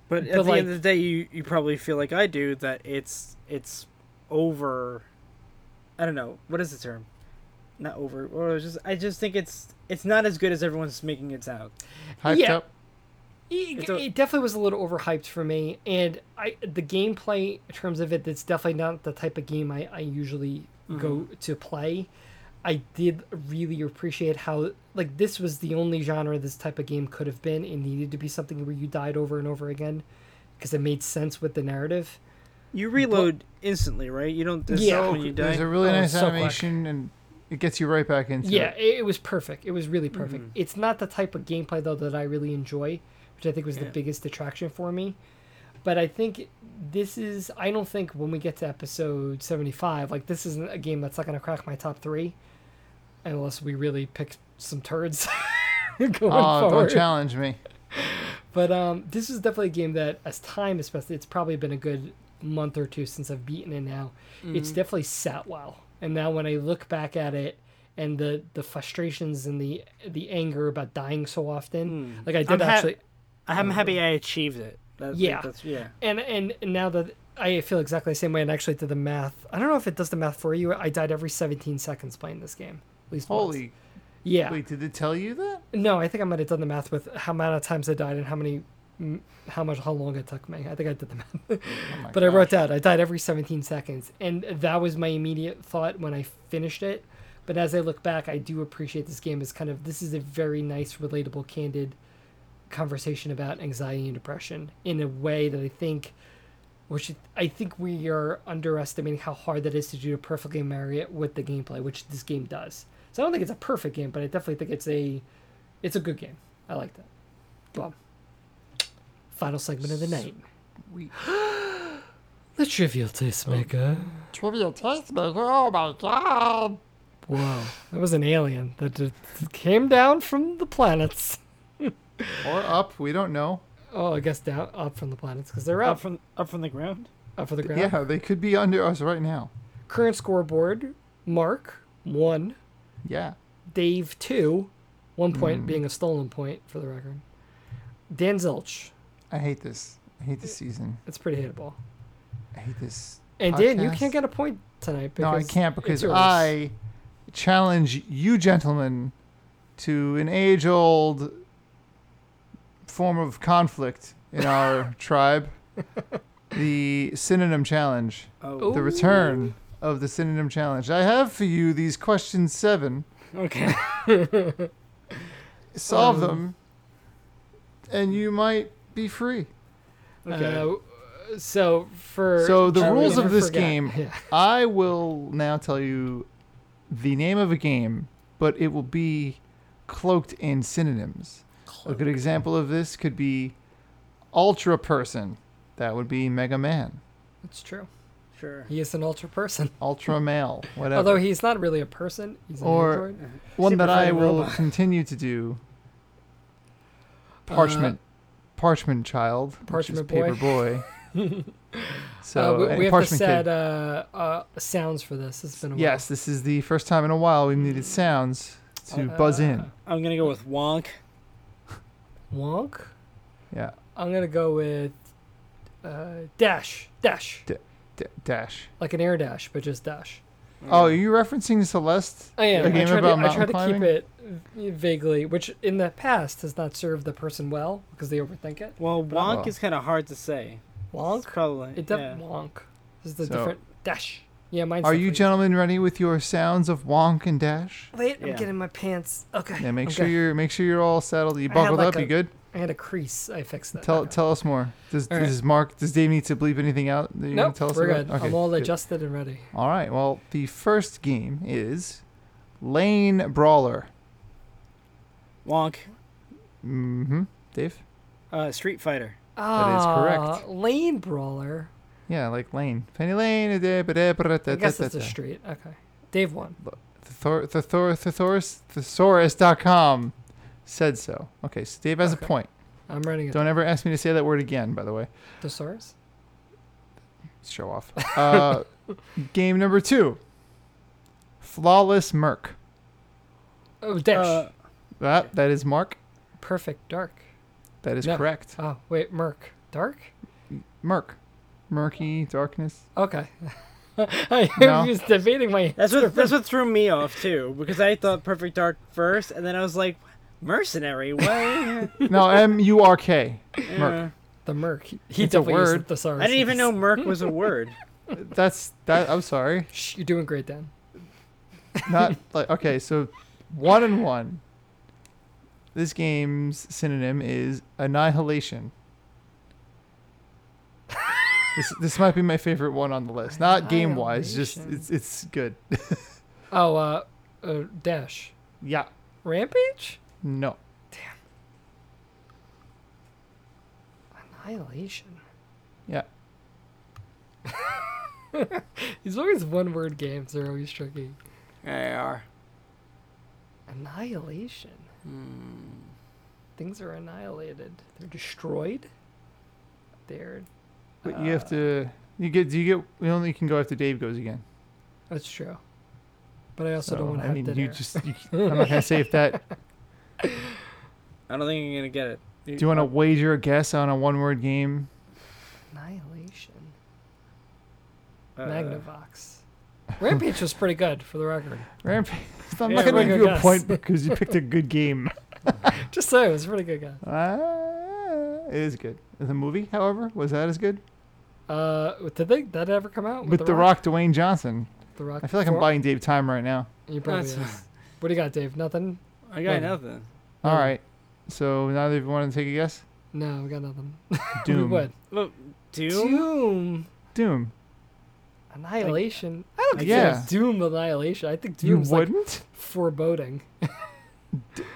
Speaker 3: but at
Speaker 1: But,
Speaker 3: the
Speaker 1: like-
Speaker 3: end of the day, you you probably feel like I do that it's it's over. I don't know what is the term. Not over. Or just I just think it's it's not as good as everyone's making it sound.
Speaker 2: hyped
Speaker 1: Yeah.
Speaker 2: up
Speaker 1: It,
Speaker 3: It's a-
Speaker 1: it definitely was a little overhyped for me, and I the gameplay in terms of it, that's definitely not the type of game I, I usually
Speaker 3: Mm-hmm.
Speaker 1: go to play. I did really appreciate how like this was the only genre this type of game could have been. It needed to be something where you died over and over again, because it made sense with the narrative.
Speaker 3: You reload instantly, right? You don't.
Speaker 1: Yeah.
Speaker 3: Yeah.
Speaker 1: Oh,
Speaker 3: When you die.
Speaker 2: there's a really
Speaker 1: Oh,
Speaker 2: nice
Speaker 1: so quick.
Speaker 2: animation and it gets you right back into
Speaker 1: yeah,
Speaker 2: it. Mm-hmm.
Speaker 1: it. it was perfect. It was really perfect. It's not the type of gameplay though that I really enjoy, which I think was the
Speaker 3: Yeah.
Speaker 1: biggest attraction for me. But I think this is I don't think when we get to episode 75, like this isn't a game that's not going to crack my top 3 unless we really pick some turds <laughs> going
Speaker 2: Oh, don't
Speaker 1: forward.
Speaker 2: challenge
Speaker 1: <laughs>
Speaker 2: me.
Speaker 1: But um, this is definitely a game that, as time especially, it's probably been a good month or two since I've beaten it. Now, it's definitely sat well. And now when I look back at it, and the the frustrations and the the anger about dying so often, like I did
Speaker 3: I'm hap-
Speaker 1: actually,
Speaker 3: I'm happy I achieved it. That's,
Speaker 1: Yeah.
Speaker 3: That's, yeah.
Speaker 1: and and now that I feel exactly the same way, and actually did the math. I don't know if it does the math for you. I died every 17 seconds playing this game. At least once.
Speaker 2: Holy,
Speaker 1: yeah.
Speaker 2: wait, did it tell you that?
Speaker 1: No, I think I might have done the math with how amount of times I died and how many, m- how much, how long it took me. I think I did the math, <laughs>
Speaker 2: Oh
Speaker 1: but I wrote down I died every 17 seconds, and that was my immediate thought when I finished it. But as I look back, I do appreciate this game as kind of this is a very nice, relatable, candid conversation about anxiety and depression in a way that I think, which I think we are underestimating how hard that is to do to perfectly marry it with the gameplay, which this game does. So I don't think it's a perfect game, but I definitely think it's a it's a good game. I like that. Well, final segment of the night.
Speaker 2: We-
Speaker 1: The trivial taste maker.
Speaker 2: Trivial Tastemaker. Oh my god.
Speaker 1: Whoa, that was an alien that just came down from the planets.
Speaker 2: Or up, we don't know.
Speaker 1: Oh, I guess down up from the planets because they're
Speaker 3: Up
Speaker 1: up
Speaker 3: from up from the ground.
Speaker 1: up from the ground.
Speaker 2: Yeah, they could be under us right now.
Speaker 1: Current scoreboard: Mark one,
Speaker 2: Yeah.
Speaker 1: Dave two, one
Speaker 2: Hmm.
Speaker 1: point being a stolen point for the record. Dan Zilch,
Speaker 2: I hate this. I hate this season.
Speaker 1: it's pretty hittable.
Speaker 2: I hate this.
Speaker 1: And Dan, you
Speaker 2: podcast.
Speaker 1: can't get a point tonight.
Speaker 2: No,
Speaker 1: Because
Speaker 2: I can't
Speaker 1: it's
Speaker 2: because
Speaker 1: yours.
Speaker 2: I challenge you gentlemen to an age old form of conflict in our tribe the synonym challenge.
Speaker 3: Oh.
Speaker 2: The return of the synonym challenge. I have for you these questions seven.
Speaker 3: <laughs> Okay.
Speaker 2: Solve them, and you might be free.
Speaker 3: Okay.
Speaker 1: Uh, so for
Speaker 2: So the
Speaker 1: Shall we
Speaker 2: rules of
Speaker 1: never
Speaker 2: this
Speaker 1: forget?
Speaker 2: game,
Speaker 1: <laughs> Yeah.
Speaker 2: I will now tell you the name of a game, but it will be cloaked in synonyms. A good example of this could be Ultra Person. That would be Mega Man,
Speaker 1: It's true.
Speaker 3: sure.
Speaker 1: He is an ultra person. <laughs>
Speaker 2: Ultra Male, whatever.
Speaker 1: Although he's not really a person. He's an
Speaker 2: Or-
Speaker 1: android.
Speaker 2: One
Speaker 3: Super
Speaker 2: that I
Speaker 3: Mario
Speaker 2: will
Speaker 3: Robot.
Speaker 2: continue to do. Parchment, Parchment Child,
Speaker 1: Uh, Parchment
Speaker 2: which
Speaker 1: Boy.
Speaker 2: is Paper Boy.
Speaker 1: <laughs> Uh,
Speaker 2: so
Speaker 1: we,
Speaker 2: and
Speaker 1: we have to
Speaker 2: Parchment Kid.
Speaker 1: set uh, uh, sounds for this. It's been a while.
Speaker 2: Yes, this is the first time in a while we've needed sounds to buzz in.
Speaker 3: I'm gonna go with Wonk.
Speaker 1: Wonk.
Speaker 2: Yeah,
Speaker 1: I'm gonna go with uh, dash dash
Speaker 2: D- dash.
Speaker 1: like an air dash, but just dash.
Speaker 2: Oh, are you referencing Celeste?
Speaker 1: I am.
Speaker 2: A
Speaker 1: I
Speaker 2: game
Speaker 1: try
Speaker 2: about
Speaker 1: to, I try
Speaker 2: mountain
Speaker 1: to
Speaker 2: climbing?
Speaker 1: keep it v- vaguely, which in the past has not served the person well because they overthink it.
Speaker 3: Well, Wonk
Speaker 2: Oh.
Speaker 3: is kind of hard to say. It's
Speaker 1: Wonk.
Speaker 3: probably.
Speaker 1: It does
Speaker 3: yeah.
Speaker 1: wonk. This is the
Speaker 2: So-
Speaker 1: different dash. Yeah, mine's.
Speaker 2: Are you
Speaker 1: definitely-
Speaker 2: gentlemen ready with your sounds of wonk and dash?
Speaker 1: Wait, I'm
Speaker 3: Yeah.
Speaker 1: getting my pants. Okay.
Speaker 2: Yeah, make
Speaker 1: okay.
Speaker 2: sure you're make sure you're all settled. You
Speaker 1: had
Speaker 2: buckled
Speaker 1: like
Speaker 2: up.
Speaker 1: a-
Speaker 2: you good?
Speaker 1: I had a crease. I fixed that.
Speaker 2: Tell
Speaker 1: Okay.
Speaker 2: tell us more. Does
Speaker 1: All right.
Speaker 2: does Mark does Dave need to bleep anything out? That you
Speaker 1: Nope,
Speaker 2: want to tell us
Speaker 1: we're
Speaker 2: about?
Speaker 1: good. I'm all
Speaker 2: good.
Speaker 1: adjusted and ready.
Speaker 2: All right. Well, the first game is Lane Brawler.
Speaker 3: Wonk.
Speaker 2: Mm-hmm. Dave.
Speaker 3: Uh, Street Fighter.
Speaker 2: That is correct.
Speaker 1: Ah, Lane brawler.
Speaker 2: Yeah, like Lane. Penny Lane. I guess
Speaker 1: I guess it's a street. Okay. Dave won.
Speaker 2: Thethor- Thethor- Thesaurus, thesaurus.com said so. Okay, so Dave has
Speaker 1: Okay.
Speaker 2: a point.
Speaker 1: I'm running it.
Speaker 2: Don't ever ask me to say that word again, by the way.
Speaker 1: Thesaurus.
Speaker 2: Show off. Uh, game number two Flawless Merc.
Speaker 1: Oh, dash.
Speaker 3: Uh,
Speaker 2: That, that is Mark.
Speaker 1: Perfect dark.
Speaker 2: That is
Speaker 1: No.
Speaker 2: correct.
Speaker 1: Oh wait, Merc. Dark.
Speaker 2: Merc. Murky, darkness.
Speaker 1: Okay. <laughs> I
Speaker 2: No.
Speaker 1: was debating my.
Speaker 3: that's what that's what threw me off too because I thought Perfect Dark first, and then I was like,
Speaker 2: <laughs>
Speaker 3: Mercenary. What?
Speaker 2: No, M U R K. Merc.
Speaker 1: The Merc. He he
Speaker 2: It's a
Speaker 1: definitely used
Speaker 2: word.
Speaker 1: thesaurus.
Speaker 3: I didn't even know Merc was a word.
Speaker 2: That's that. I'm sorry.
Speaker 1: Shh, you're doing great, Dan.
Speaker 2: Not like okay. So one and one. This game's synonym is annihilation. this this might be my favorite one on the list. Not game wise, just it's it's good.
Speaker 1: Oh, uh, uh, dash.
Speaker 2: <laughs> Yeah.
Speaker 1: Rampage?
Speaker 2: No.
Speaker 1: Annihilation.
Speaker 2: Yeah.
Speaker 1: These always one word games are always tricky.
Speaker 4: Yeah, they are.
Speaker 1: Annihilation.
Speaker 4: Hmm.
Speaker 1: Things are annihilated. They're destroyed. They're.
Speaker 2: But you have
Speaker 1: Uh,
Speaker 2: to. You get. Do you get? You only can go after Dave goes again.
Speaker 1: That's true. But I also
Speaker 2: So,
Speaker 1: don't want to
Speaker 2: I
Speaker 1: have
Speaker 2: mean,
Speaker 1: dead
Speaker 2: you
Speaker 1: air.
Speaker 2: just. You, I'm not gonna say if that.
Speaker 3: I don't think you're gonna get it.
Speaker 2: Do you want to wager a guess on a one-word game?
Speaker 1: Annihilation.
Speaker 3: Uh,
Speaker 1: Magnavox. Rampage was pretty good, for the record.
Speaker 2: Rampage. <laughs> I'm
Speaker 3: Yeah,
Speaker 2: not gonna
Speaker 3: we're
Speaker 2: give
Speaker 1: gonna
Speaker 2: you a
Speaker 1: guess.
Speaker 2: point because you picked a good game.
Speaker 1: Just so it was a pretty good guy.
Speaker 2: Uh, it is good. The movie, however, was that as good?
Speaker 1: Uh, did they, that ever come out?
Speaker 2: With, the, Rock, Dwayne Johnson.
Speaker 1: The Oh, Rock.
Speaker 2: I feel like I'm
Speaker 1: four?
Speaker 2: buying Dave time right now.
Speaker 1: You probably
Speaker 4: That's-
Speaker 1: is. What do you got, Dave? Nothing?
Speaker 4: I got
Speaker 1: Yeah.
Speaker 4: nothing.
Speaker 2: All
Speaker 1: Hmm.
Speaker 2: right. So now that you want to take a guess,
Speaker 1: No, we got nothing. We
Speaker 2: Doom.
Speaker 1: would.
Speaker 3: Look, Doom.
Speaker 1: Doom.
Speaker 2: Doom.
Speaker 1: Annihilation. I don't
Speaker 3: I
Speaker 1: consider
Speaker 2: guess.
Speaker 1: Doom Annihilation. I think
Speaker 2: You
Speaker 1: Doom's like
Speaker 2: wouldn't?
Speaker 1: foreboding.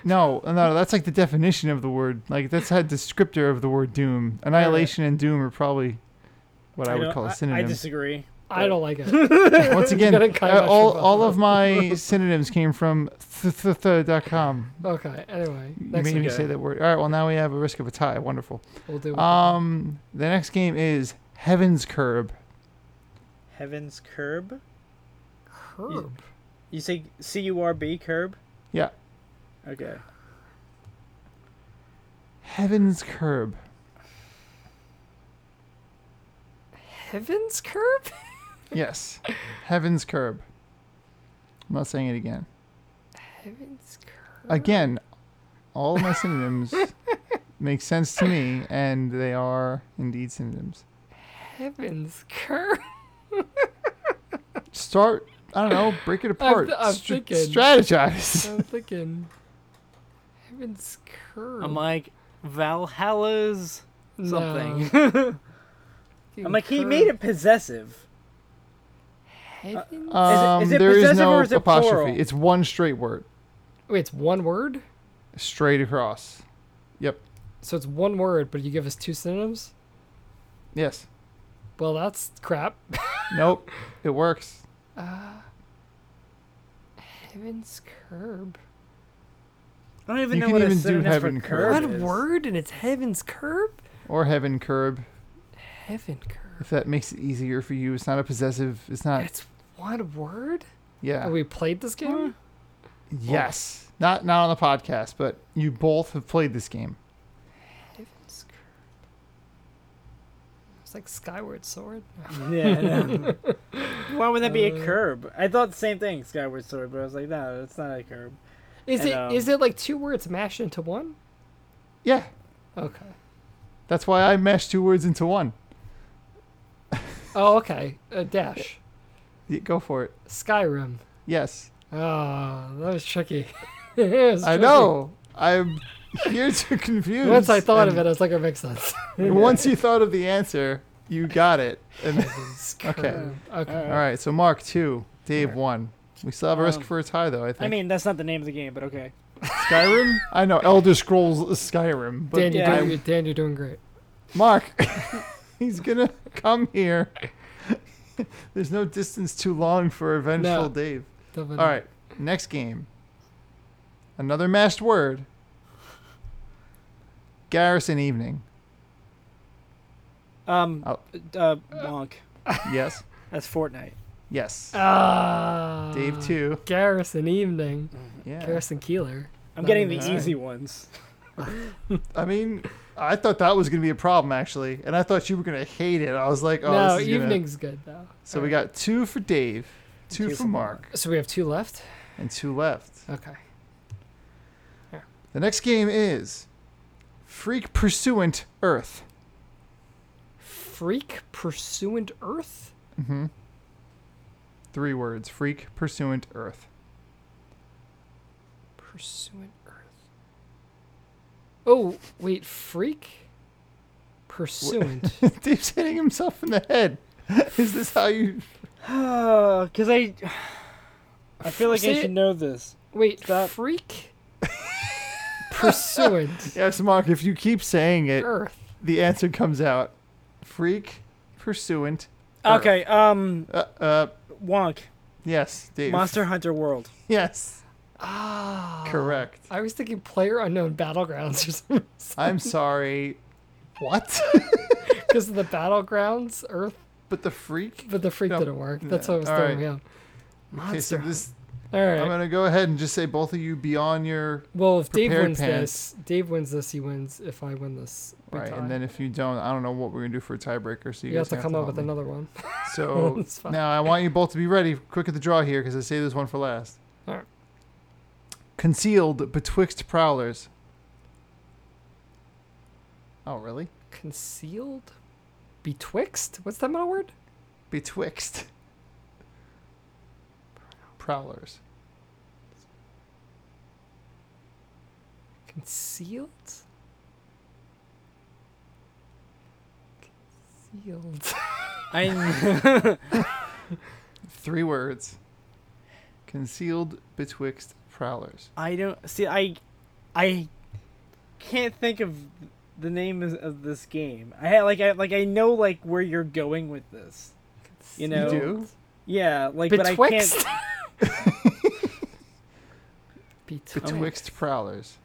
Speaker 2: No, no, that's like the definition of the word. Like that's had descriptor of the word doom. Annihilation and doom are probably what I, would
Speaker 3: don't-
Speaker 2: call a
Speaker 3: I
Speaker 1: <laughs>
Speaker 2: synonym.
Speaker 3: disagree.
Speaker 1: I don't like
Speaker 2: <laughs>
Speaker 1: it.
Speaker 2: Once again,
Speaker 1: gotta kind
Speaker 2: uh,
Speaker 1: of
Speaker 2: all
Speaker 1: shuffle.
Speaker 2: all
Speaker 1: <laughs>
Speaker 2: of my synonyms came from th.com.
Speaker 1: Okay, anyway.
Speaker 2: You
Speaker 1: Next
Speaker 2: made me
Speaker 1: week,
Speaker 3: week.
Speaker 2: say that word. All right, well now we have a risk of a tie. Wonderful.
Speaker 1: we'll do
Speaker 2: Um, the next game is Heaven's Curb.
Speaker 3: Heaven's curb.
Speaker 1: Curb.
Speaker 3: You say C U R B curb.
Speaker 2: Yeah,
Speaker 3: Okay.
Speaker 2: Heaven's Curb.
Speaker 1: Heaven's Curb? <laughs>
Speaker 2: Yes, Heaven's Curb. I'm not saying it again.
Speaker 1: Heaven's Curb.
Speaker 2: again, all of my
Speaker 3: <laughs>
Speaker 2: synonyms make sense to me, and they are indeed synonyms.
Speaker 1: Heaven's Curb. <laughs>
Speaker 2: Start. I don't know. Break it apart.
Speaker 1: I'm
Speaker 2: Str-
Speaker 1: thinking.
Speaker 2: strategize.
Speaker 1: I'm thinking. Heaven's Curb.
Speaker 4: I'm like Valhalla's
Speaker 1: No.
Speaker 4: something.
Speaker 2: <laughs>
Speaker 3: I'm like he made it
Speaker 1: Heaven's...
Speaker 3: possessive.
Speaker 2: <laughs> Um,
Speaker 3: is it
Speaker 2: there is
Speaker 3: possessive
Speaker 2: no
Speaker 3: or is it
Speaker 2: apostrophe.
Speaker 3: plural?
Speaker 2: It's one straight word,
Speaker 1: Wait, it's one word?
Speaker 2: straight across. Yep.
Speaker 1: So it's one word, but you give us two synonyms?
Speaker 2: Yes.
Speaker 1: Well, that's crap. <laughs>
Speaker 2: Nope. It works.
Speaker 1: Heaven's Curb.
Speaker 3: I don't even
Speaker 2: You
Speaker 3: know
Speaker 2: can
Speaker 3: what
Speaker 2: even
Speaker 3: a
Speaker 2: do
Speaker 3: synonym for
Speaker 2: heaven curb.
Speaker 3: curb
Speaker 1: One
Speaker 3: is.
Speaker 1: word and it's Heaven's Curb?
Speaker 2: Or heaven curb,
Speaker 1: Heaven Curb.
Speaker 2: if that makes it easier for you. It's not a possessive. It's not.
Speaker 1: It's one word?
Speaker 2: Uh, Yeah.
Speaker 1: Have we played this game?
Speaker 2: yes. Not not on the podcast, but you both have played this game.
Speaker 1: Heaven's Curb. It's like Skyward Sword.
Speaker 3: Yeah. <laughs> I know. Why would that be
Speaker 2: Uh,
Speaker 3: a curb? I thought the same thing, Skyward Sword, but I was like, no, that's not a curb.
Speaker 1: Is
Speaker 3: And,
Speaker 1: it? Is
Speaker 3: um,
Speaker 1: it like two words mashed into one?
Speaker 2: Yeah.
Speaker 1: Okay.
Speaker 2: That's why I mashed two words into one.
Speaker 1: Oh, okay. A dash.
Speaker 2: Yeah, go for it.
Speaker 1: Skyrim.
Speaker 2: Yes.
Speaker 1: Oh, that was tricky. <laughs> It was
Speaker 2: I
Speaker 1: tricky.
Speaker 2: know. I'm here to <laughs> confuse.
Speaker 1: Once I thought of it,
Speaker 2: and
Speaker 1: I was like, it makes
Speaker 2: <laughs>
Speaker 1: sense.
Speaker 2: Once you thought of the answer, you got it. And,
Speaker 1: Curb. Okay.
Speaker 2: <laughs> all right. So Mark two, Dave one. We still have a risk
Speaker 3: Um,
Speaker 2: for a tie, though. I think.
Speaker 3: I mean, that's not the name of the game, but okay.
Speaker 2: Skyrim. I know Elder Scrolls Skyrim. But
Speaker 1: Dan, you're
Speaker 3: Yeah.
Speaker 1: doing, Dan, you're doing great.
Speaker 2: Mark, <laughs> he's gonna come here. <laughs> There's no distance too long for a vengeful
Speaker 1: No.
Speaker 2: Dave.
Speaker 1: All
Speaker 2: All right. Next game. Another mashed word. Garrison evening.
Speaker 3: Um,
Speaker 2: Oh.
Speaker 3: uh, Wonk.
Speaker 2: Yes.
Speaker 3: That's Fortnite.
Speaker 1: <laughs>
Speaker 2: Yes.
Speaker 1: Ah.
Speaker 2: Dave two.
Speaker 1: Garrison Evening.
Speaker 2: Yeah.
Speaker 1: Uh, Garrison Keeler.
Speaker 3: I'm
Speaker 1: Not
Speaker 3: getting
Speaker 1: even
Speaker 3: the
Speaker 2: that.
Speaker 3: easy <sighs> ones.
Speaker 2: I mean, I thought that was gonna be a problem actually, and I thought you were gonna hate it. I was like, oh,
Speaker 1: no,
Speaker 2: this is gonna-
Speaker 1: evening's good though.
Speaker 2: So we got two for Dave, two, for Mark,
Speaker 1: So we have two left.
Speaker 2: and two left.
Speaker 1: Okay.
Speaker 2: The next game is Freak Pursuant Earth.
Speaker 1: Freak Pursuant Earth.
Speaker 2: Mm-hmm. Three words. Freak Pursuant Earth.
Speaker 1: Pursuant Earth. Oh wait, Freak.
Speaker 2: <laughs>
Speaker 1: Pursuant.
Speaker 2: Dave's hitting himself in the head. Is this how you
Speaker 3: Because I, <sighs> I feel like I
Speaker 1: See-
Speaker 3: should know this.
Speaker 1: Wait,
Speaker 3: Stop.
Speaker 1: freak
Speaker 2: <laughs>
Speaker 1: pursuant
Speaker 2: <laughs> Yes, Mark, if you keep saying it,
Speaker 1: Earth.
Speaker 2: the answer comes out. Freak, pursuant. Earth.
Speaker 3: Okay, um,
Speaker 2: Uh, uh,
Speaker 3: Wonk,
Speaker 2: yes, Dave.
Speaker 3: Monster Hunter <laughs> World.
Speaker 2: <laughs> Yes,
Speaker 1: Ah, <laughs>
Speaker 2: correct.
Speaker 1: I was thinking player unknown battlegrounds or something
Speaker 2: <laughs>
Speaker 1: <laughs>
Speaker 2: I'm sorry. What?
Speaker 1: because of the battlegrounds Earth,
Speaker 2: but the freak?
Speaker 1: but the freak
Speaker 2: No,
Speaker 1: didn't work. That's
Speaker 2: no,
Speaker 1: what I was
Speaker 2: all
Speaker 1: throwing
Speaker 2: right.
Speaker 1: out.
Speaker 2: Okay, so
Speaker 1: Monster.
Speaker 2: this,
Speaker 1: All right.
Speaker 2: I'm going to go ahead and just say both of you be on your.
Speaker 1: well, if Dave
Speaker 2: prepared
Speaker 1: wins
Speaker 2: pants.
Speaker 1: this, Dave wins this. He wins. If I win this, we
Speaker 2: Right,
Speaker 1: tie.
Speaker 2: and then if you don't, I don't know what we're going to do for a tiebreaker. So you,
Speaker 1: you have
Speaker 2: guys
Speaker 1: to
Speaker 2: have
Speaker 1: come up
Speaker 2: help
Speaker 1: with
Speaker 2: me.
Speaker 1: another one.
Speaker 2: So
Speaker 1: <laughs> It's fine.
Speaker 2: now I want you both to be ready. Quick at the draw here because I saved this one for last.
Speaker 1: Alright.
Speaker 2: Concealed betwixt prowlers. Oh, really?
Speaker 1: Concealed, betwixt. What's that middle word?
Speaker 2: Betwixt. Prowlers.
Speaker 1: Concealed? Concealed.
Speaker 3: I
Speaker 2: Three words. Concealed betwixt prowlers.
Speaker 3: <laughs> I don't see. I I can't think of the name is- of this game. I had like I like I know like where you're going with this. You know,
Speaker 2: You do?
Speaker 3: yeah, like but I
Speaker 1: Betwixt.
Speaker 3: can't. <laughs>
Speaker 1: Betwixt.
Speaker 2: Betwixt prowlers.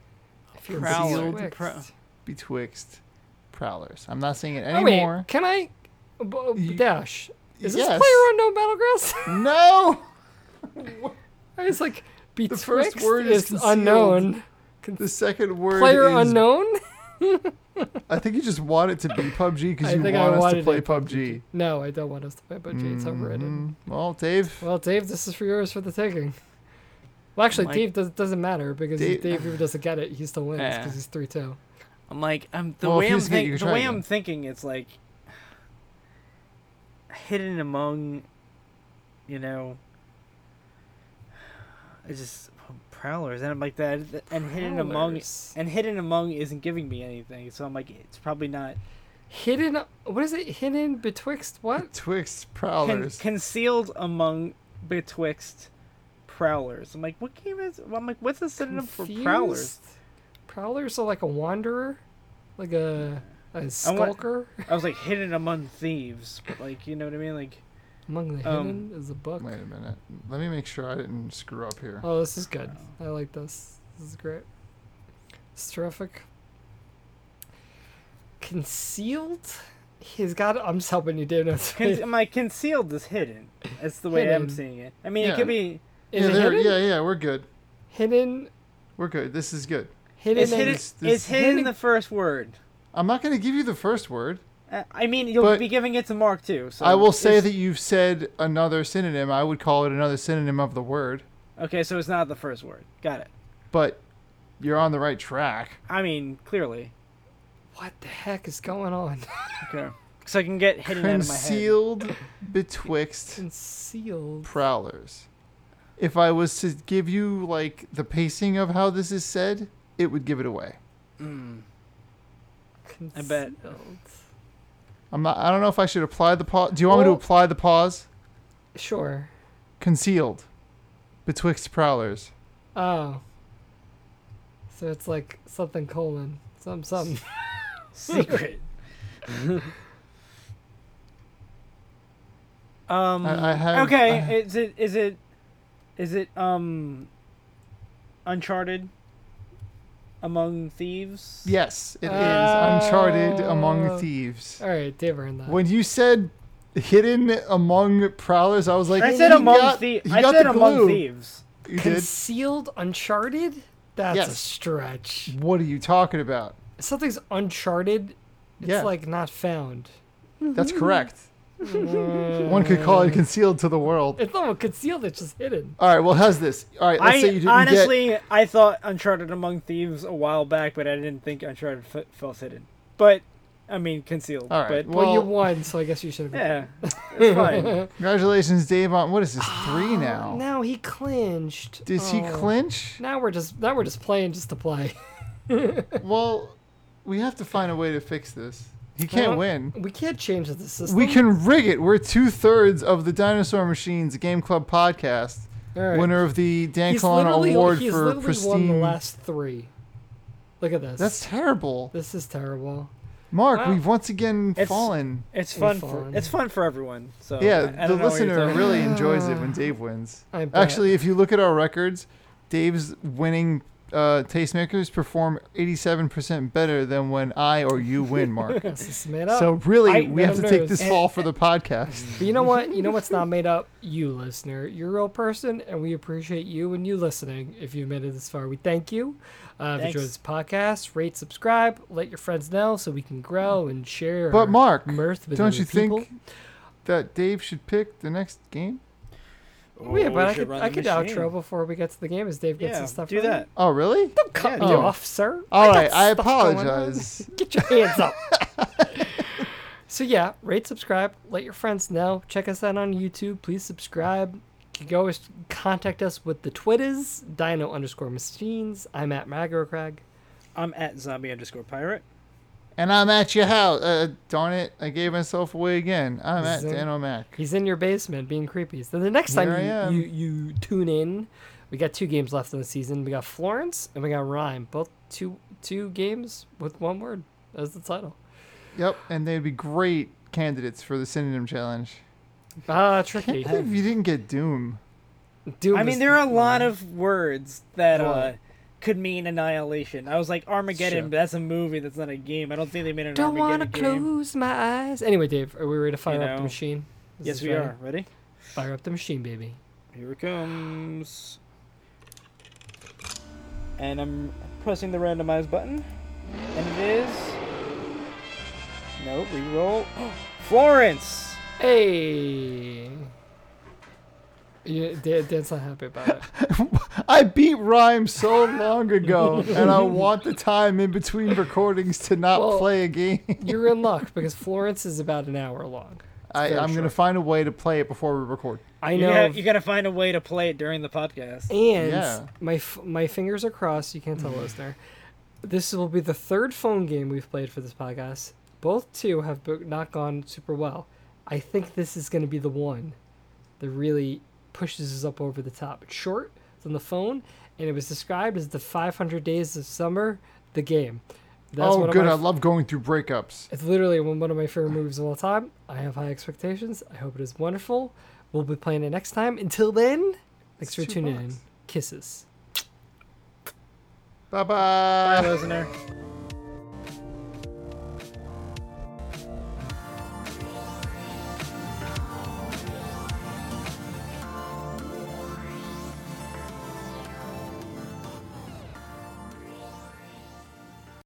Speaker 1: If you're
Speaker 4: Prowler.
Speaker 1: betwixt.
Speaker 4: Pro-
Speaker 2: Betwixt prowlers. I'm not saying it
Speaker 1: Oh, wait,
Speaker 2: anymore.
Speaker 1: can I? b-
Speaker 2: You-
Speaker 1: Dash. Is this
Speaker 2: Yes.
Speaker 1: player unknown battlegrounds? <laughs>
Speaker 2: No!
Speaker 1: I was like, betwixt
Speaker 2: first word is
Speaker 1: is, unknown.
Speaker 2: The second word
Speaker 1: Player
Speaker 2: is
Speaker 1: unknown?
Speaker 2: I think you just want it to be PUBG because
Speaker 1: I
Speaker 2: you
Speaker 1: think I
Speaker 2: want us
Speaker 1: wanted
Speaker 2: to
Speaker 1: it
Speaker 2: play
Speaker 1: to
Speaker 2: PUBG.
Speaker 1: <laughs> No, I don't want us to play budget. It's overrated.
Speaker 2: Mm, Well, Dave,
Speaker 1: Well, Dave, this is for yours for the taking. Well, actually,
Speaker 4: Mike-
Speaker 1: Dave does, doesn't matter because
Speaker 2: Dave-
Speaker 1: if Dave even doesn't get it, he still wins
Speaker 4: Yeah.
Speaker 1: because he's 3 2.
Speaker 4: I'm like, I'm the
Speaker 2: Well, if
Speaker 4: way
Speaker 2: you
Speaker 4: I'm
Speaker 2: just get
Speaker 4: thinking.
Speaker 2: your-
Speaker 3: The
Speaker 2: Try
Speaker 3: way
Speaker 2: again.
Speaker 3: I'm thinking, it's like hidden among, you know, it's just prowlers, and I'm like that, and hidden among,
Speaker 1: Prowlers.
Speaker 3: and hidden among isn't giving me anything, so I'm like, it's probably not
Speaker 1: Hidden. What is it? Hidden betwixt
Speaker 2: <laughs>
Speaker 1: what?
Speaker 2: Twixt
Speaker 3: con-
Speaker 2: Prowlers.
Speaker 3: concealed among betwixt prowlers. I'm like, what game is? I'm like, what's the synonym for prowlers?
Speaker 1: Confused? Prowlers are like a wanderer, like a, a
Speaker 3: I want-
Speaker 1: skulker. <laughs>
Speaker 3: I was like hidden among thieves, but like you know what I mean, like.
Speaker 1: Among the
Speaker 3: Um,
Speaker 1: hidden is a book.
Speaker 2: Wait a minute. Let me make sure I didn't screw up here.
Speaker 1: Oh, this is good. I like this. This is great. It's terrific. Concealed. He's got. I'm just helping you, Dave. Notes.
Speaker 3: Con- am I concealed is hidden. That's the way I'm
Speaker 1: Hidden.
Speaker 3: seeing it. I mean,
Speaker 2: Yeah.
Speaker 3: it could be
Speaker 1: Is
Speaker 2: yeah,
Speaker 1: it
Speaker 2: there-
Speaker 1: hidden?
Speaker 2: yeah, yeah, we're good.
Speaker 1: Hidden.
Speaker 2: We're good. This is good.
Speaker 1: Hidden.
Speaker 3: it's hidden.
Speaker 1: and-
Speaker 2: This- this-
Speaker 3: it's hidden in the first word.
Speaker 2: I'm not going to give you the first word.
Speaker 3: Uh, I mean, you'll
Speaker 2: But-
Speaker 3: be giving it to Mark too. So
Speaker 2: I will say
Speaker 3: it's-
Speaker 2: that you've said another synonym. I would call it another synonym of the word,
Speaker 3: Okay, so it's not the first word. Got it.
Speaker 2: but you're on the right track.
Speaker 3: I mean, clearly.
Speaker 1: What the heck is going
Speaker 3: <laughs>
Speaker 1: on?
Speaker 3: Okay. So I can get hidden
Speaker 1: <laughs>
Speaker 3: out
Speaker 2: Concealed betwixt
Speaker 1: Concealed.
Speaker 2: prowlers. If I was to give you like the pacing of how this is said, it would give it away.
Speaker 3: Mm. I bet.
Speaker 1: Concealed.
Speaker 2: I'm not. I don't know if I should apply the pause. Do you want me to
Speaker 1: Well-
Speaker 2: apply the pause?
Speaker 1: Sure.
Speaker 2: Concealed, betwixt prowlers.
Speaker 1: Oh. So it's like something colon. Something
Speaker 3: <laughs>
Speaker 1: something.
Speaker 3: of my head. Secret. <laughs> um.
Speaker 2: I, I have.
Speaker 3: okay.
Speaker 2: I-
Speaker 3: is it? Is it? Is it? Um. Uncharted. Among thieves.
Speaker 2: yes, it is
Speaker 1: Uh,
Speaker 2: Uncharted
Speaker 3: Oh.
Speaker 2: Among Thieves.
Speaker 1: All right, Dave earned that.
Speaker 2: When you said hidden among prowlers, I was like,
Speaker 3: I said
Speaker 2: he
Speaker 3: among
Speaker 2: got-
Speaker 3: thieves.
Speaker 2: he
Speaker 3: I
Speaker 2: got
Speaker 3: said
Speaker 2: the
Speaker 3: among
Speaker 2: glue.
Speaker 3: thieves.
Speaker 2: You did.
Speaker 1: Concealed uncharted? That's a
Speaker 2: Yes.
Speaker 1: stretch.
Speaker 2: What are you talking about?
Speaker 1: Something's uncharted. It's
Speaker 2: yeah,
Speaker 1: like not
Speaker 2: <laughs>
Speaker 1: found. Mm.
Speaker 2: that's
Speaker 3: Mm-hmm.
Speaker 2: correct. One could call
Speaker 3: Uh.
Speaker 2: it concealed to the world.
Speaker 1: <laughs> It's not concealed, it's just hidden.
Speaker 2: All right. Well, how's this? All right. Let's say you
Speaker 3: I
Speaker 2: didn't get.
Speaker 3: honestly, I thought Uncharted Among Thieves a while back, but I didn't think Uncharted f- fell hidden. But I mean, concealed.
Speaker 2: All right.
Speaker 3: But
Speaker 1: Well, you
Speaker 2: Well,
Speaker 1: won, so I guess you should have.
Speaker 3: <laughs> yeah, it's
Speaker 1: <laughs>
Speaker 3: fine.
Speaker 2: congratulations, Dave. On what is this three now?
Speaker 1: Now he clinched.
Speaker 2: Does he
Speaker 1: Oh. <laughs>
Speaker 2: clinch?
Speaker 1: Now we're just now we're just playing just to play.
Speaker 2: Well, we have to find a way to fix this. He
Speaker 1: Well,
Speaker 2: can't win.
Speaker 1: We can't change the system.
Speaker 2: We can rig it. We're two thirds of the Dinosaur Machines Game Club podcast.
Speaker 1: All right.
Speaker 2: winner of the Dan
Speaker 1: he's
Speaker 2: Colonna
Speaker 1: literally,
Speaker 2: Award
Speaker 1: he's
Speaker 2: for
Speaker 1: literally won the
Speaker 2: pristine.
Speaker 1: last three. Look at this.
Speaker 2: That's terrible,
Speaker 1: this is terrible.
Speaker 2: Mark.
Speaker 3: Wow.
Speaker 2: We've once again
Speaker 3: It's-
Speaker 2: fallen.
Speaker 3: It's
Speaker 1: Hey,
Speaker 3: fun. For,
Speaker 1: fun.
Speaker 3: it's fun for everyone.
Speaker 1: Oh,
Speaker 3: So I- I
Speaker 2: Yeah, the
Speaker 3: don't know what you're
Speaker 2: listener
Speaker 3: talking
Speaker 2: really
Speaker 1: <sighs>
Speaker 2: enjoys it when Dave wins.
Speaker 1: I bet.
Speaker 2: <laughs> Actually, if you look at our records, Dave's winning uh, tastemakers perform 87% better than when I or you
Speaker 1: <laughs>
Speaker 2: win,
Speaker 1: <laughs>
Speaker 2: Mark.
Speaker 1: this is made up.
Speaker 2: so really,
Speaker 1: I-
Speaker 2: we
Speaker 1: I'm
Speaker 2: have to take
Speaker 1: nervous.
Speaker 2: this fall for the podcast.
Speaker 1: But you know what? You know what's not made up? You, listener. You're a real person, and we appreciate you and you listening. If you've made it this far, we thank you. Uh, if you enjoyed
Speaker 3: Thanks.
Speaker 1: this podcast, rate, subscribe, let your friends know so we can grow and share
Speaker 2: But
Speaker 1: our
Speaker 2: Mark,
Speaker 1: mirth with
Speaker 2: don't
Speaker 1: other
Speaker 2: you
Speaker 1: people.
Speaker 2: think that Dave should pick the next game?
Speaker 3: about.
Speaker 1: yeah,
Speaker 3: Oh,
Speaker 1: but
Speaker 3: we
Speaker 1: I
Speaker 3: should
Speaker 1: could,
Speaker 3: run
Speaker 1: I
Speaker 3: the
Speaker 1: could
Speaker 3: machine.
Speaker 1: outro before we get to the game as Dave gets
Speaker 3: Yeah,
Speaker 1: his stuff
Speaker 3: do
Speaker 1: ready.
Speaker 3: that.
Speaker 2: Oh, really?
Speaker 1: Don't cut me
Speaker 2: Oh.
Speaker 1: off, sir.
Speaker 2: All
Speaker 1: got
Speaker 2: right, I
Speaker 1: stuff going on.
Speaker 2: apologize.
Speaker 1: Get your hands
Speaker 2: <laughs>
Speaker 1: up. so yeah, rate, subscribe, let your friends know. Check us out on YouTube. Please subscribe. You can always contact us with the twitters, dino underscore machines. I'm at Magrocrag.
Speaker 3: I'm at zombie underscore pirate.
Speaker 2: And I'm at your house. Uh, darn it, I gave myself away again. I'm at
Speaker 1: Zen-
Speaker 2: Dan O'Mac.
Speaker 1: He's in your basement being creepy. So the next
Speaker 2: Here I
Speaker 1: time
Speaker 2: am.
Speaker 1: you, you, you tune in, we got two games left in the season. We got Florence and we got Rhyme. Both two two games with one word as the title.
Speaker 2: Yep, and they'd be great candidates for the synonym challenge.
Speaker 1: Ah,
Speaker 2: <laughs> Can't
Speaker 1: tricky.
Speaker 2: believe you didn't get Doom.
Speaker 1: Doom
Speaker 3: I
Speaker 1: is-
Speaker 3: mean, there are a lot of words that
Speaker 2: What?
Speaker 3: uh, could mean annihilation. I was like Armageddon,
Speaker 2: Sure.
Speaker 3: but that's a movie. That's not a game. I don't think they made an
Speaker 1: Don't want
Speaker 3: Armageddon
Speaker 1: to
Speaker 3: game.
Speaker 1: close my eyes. Anyway, Dave, are we ready to fire up the
Speaker 3: know.
Speaker 1: machine? Is
Speaker 3: Yes,
Speaker 1: this
Speaker 3: we
Speaker 1: ready?
Speaker 3: are. Ready?
Speaker 1: Fire up the machine, baby.
Speaker 3: Here it comes. And I'm pressing the randomize button. And it is. No, reroll. <gasps> Florence!
Speaker 1: Hey. Yeah, Dan, Dan's not happy about
Speaker 3: <laughs>
Speaker 1: it.
Speaker 2: <laughs> I beat Rhyme so long ago, and I want the time in between recordings to not
Speaker 1: Well,
Speaker 2: play a game.
Speaker 1: You're in luck because Florence is about an hour long.
Speaker 2: I,
Speaker 1: very
Speaker 2: I'm going to
Speaker 1: short.
Speaker 2: find a way to play it before we record.
Speaker 1: I
Speaker 3: You
Speaker 1: know.
Speaker 3: gotta, you gotta find a way to play it during the podcast.
Speaker 1: and
Speaker 2: Yeah.
Speaker 1: my f- my fingers are crossed. You can't tell, listener. This will be the third phone game we've played for this podcast. Both two have bo- not gone super well. I think this is going to be the one that really pushes us up over the top. It's short. It's on the phone, and it was described as the 500 Days of Summer, the game. That's
Speaker 2: oh,
Speaker 1: one of
Speaker 2: good.
Speaker 1: my
Speaker 2: I
Speaker 1: f-
Speaker 2: love going through breakups.
Speaker 1: it's literally one one of my favorite movies of all time. I have high expectations. I hope it is wonderful. We'll be playing it next time. Until then, thanks
Speaker 2: It's
Speaker 1: for
Speaker 2: two
Speaker 1: tuning in.
Speaker 2: bucks.
Speaker 1: Kisses.
Speaker 2: Bye bye.
Speaker 3: Listener.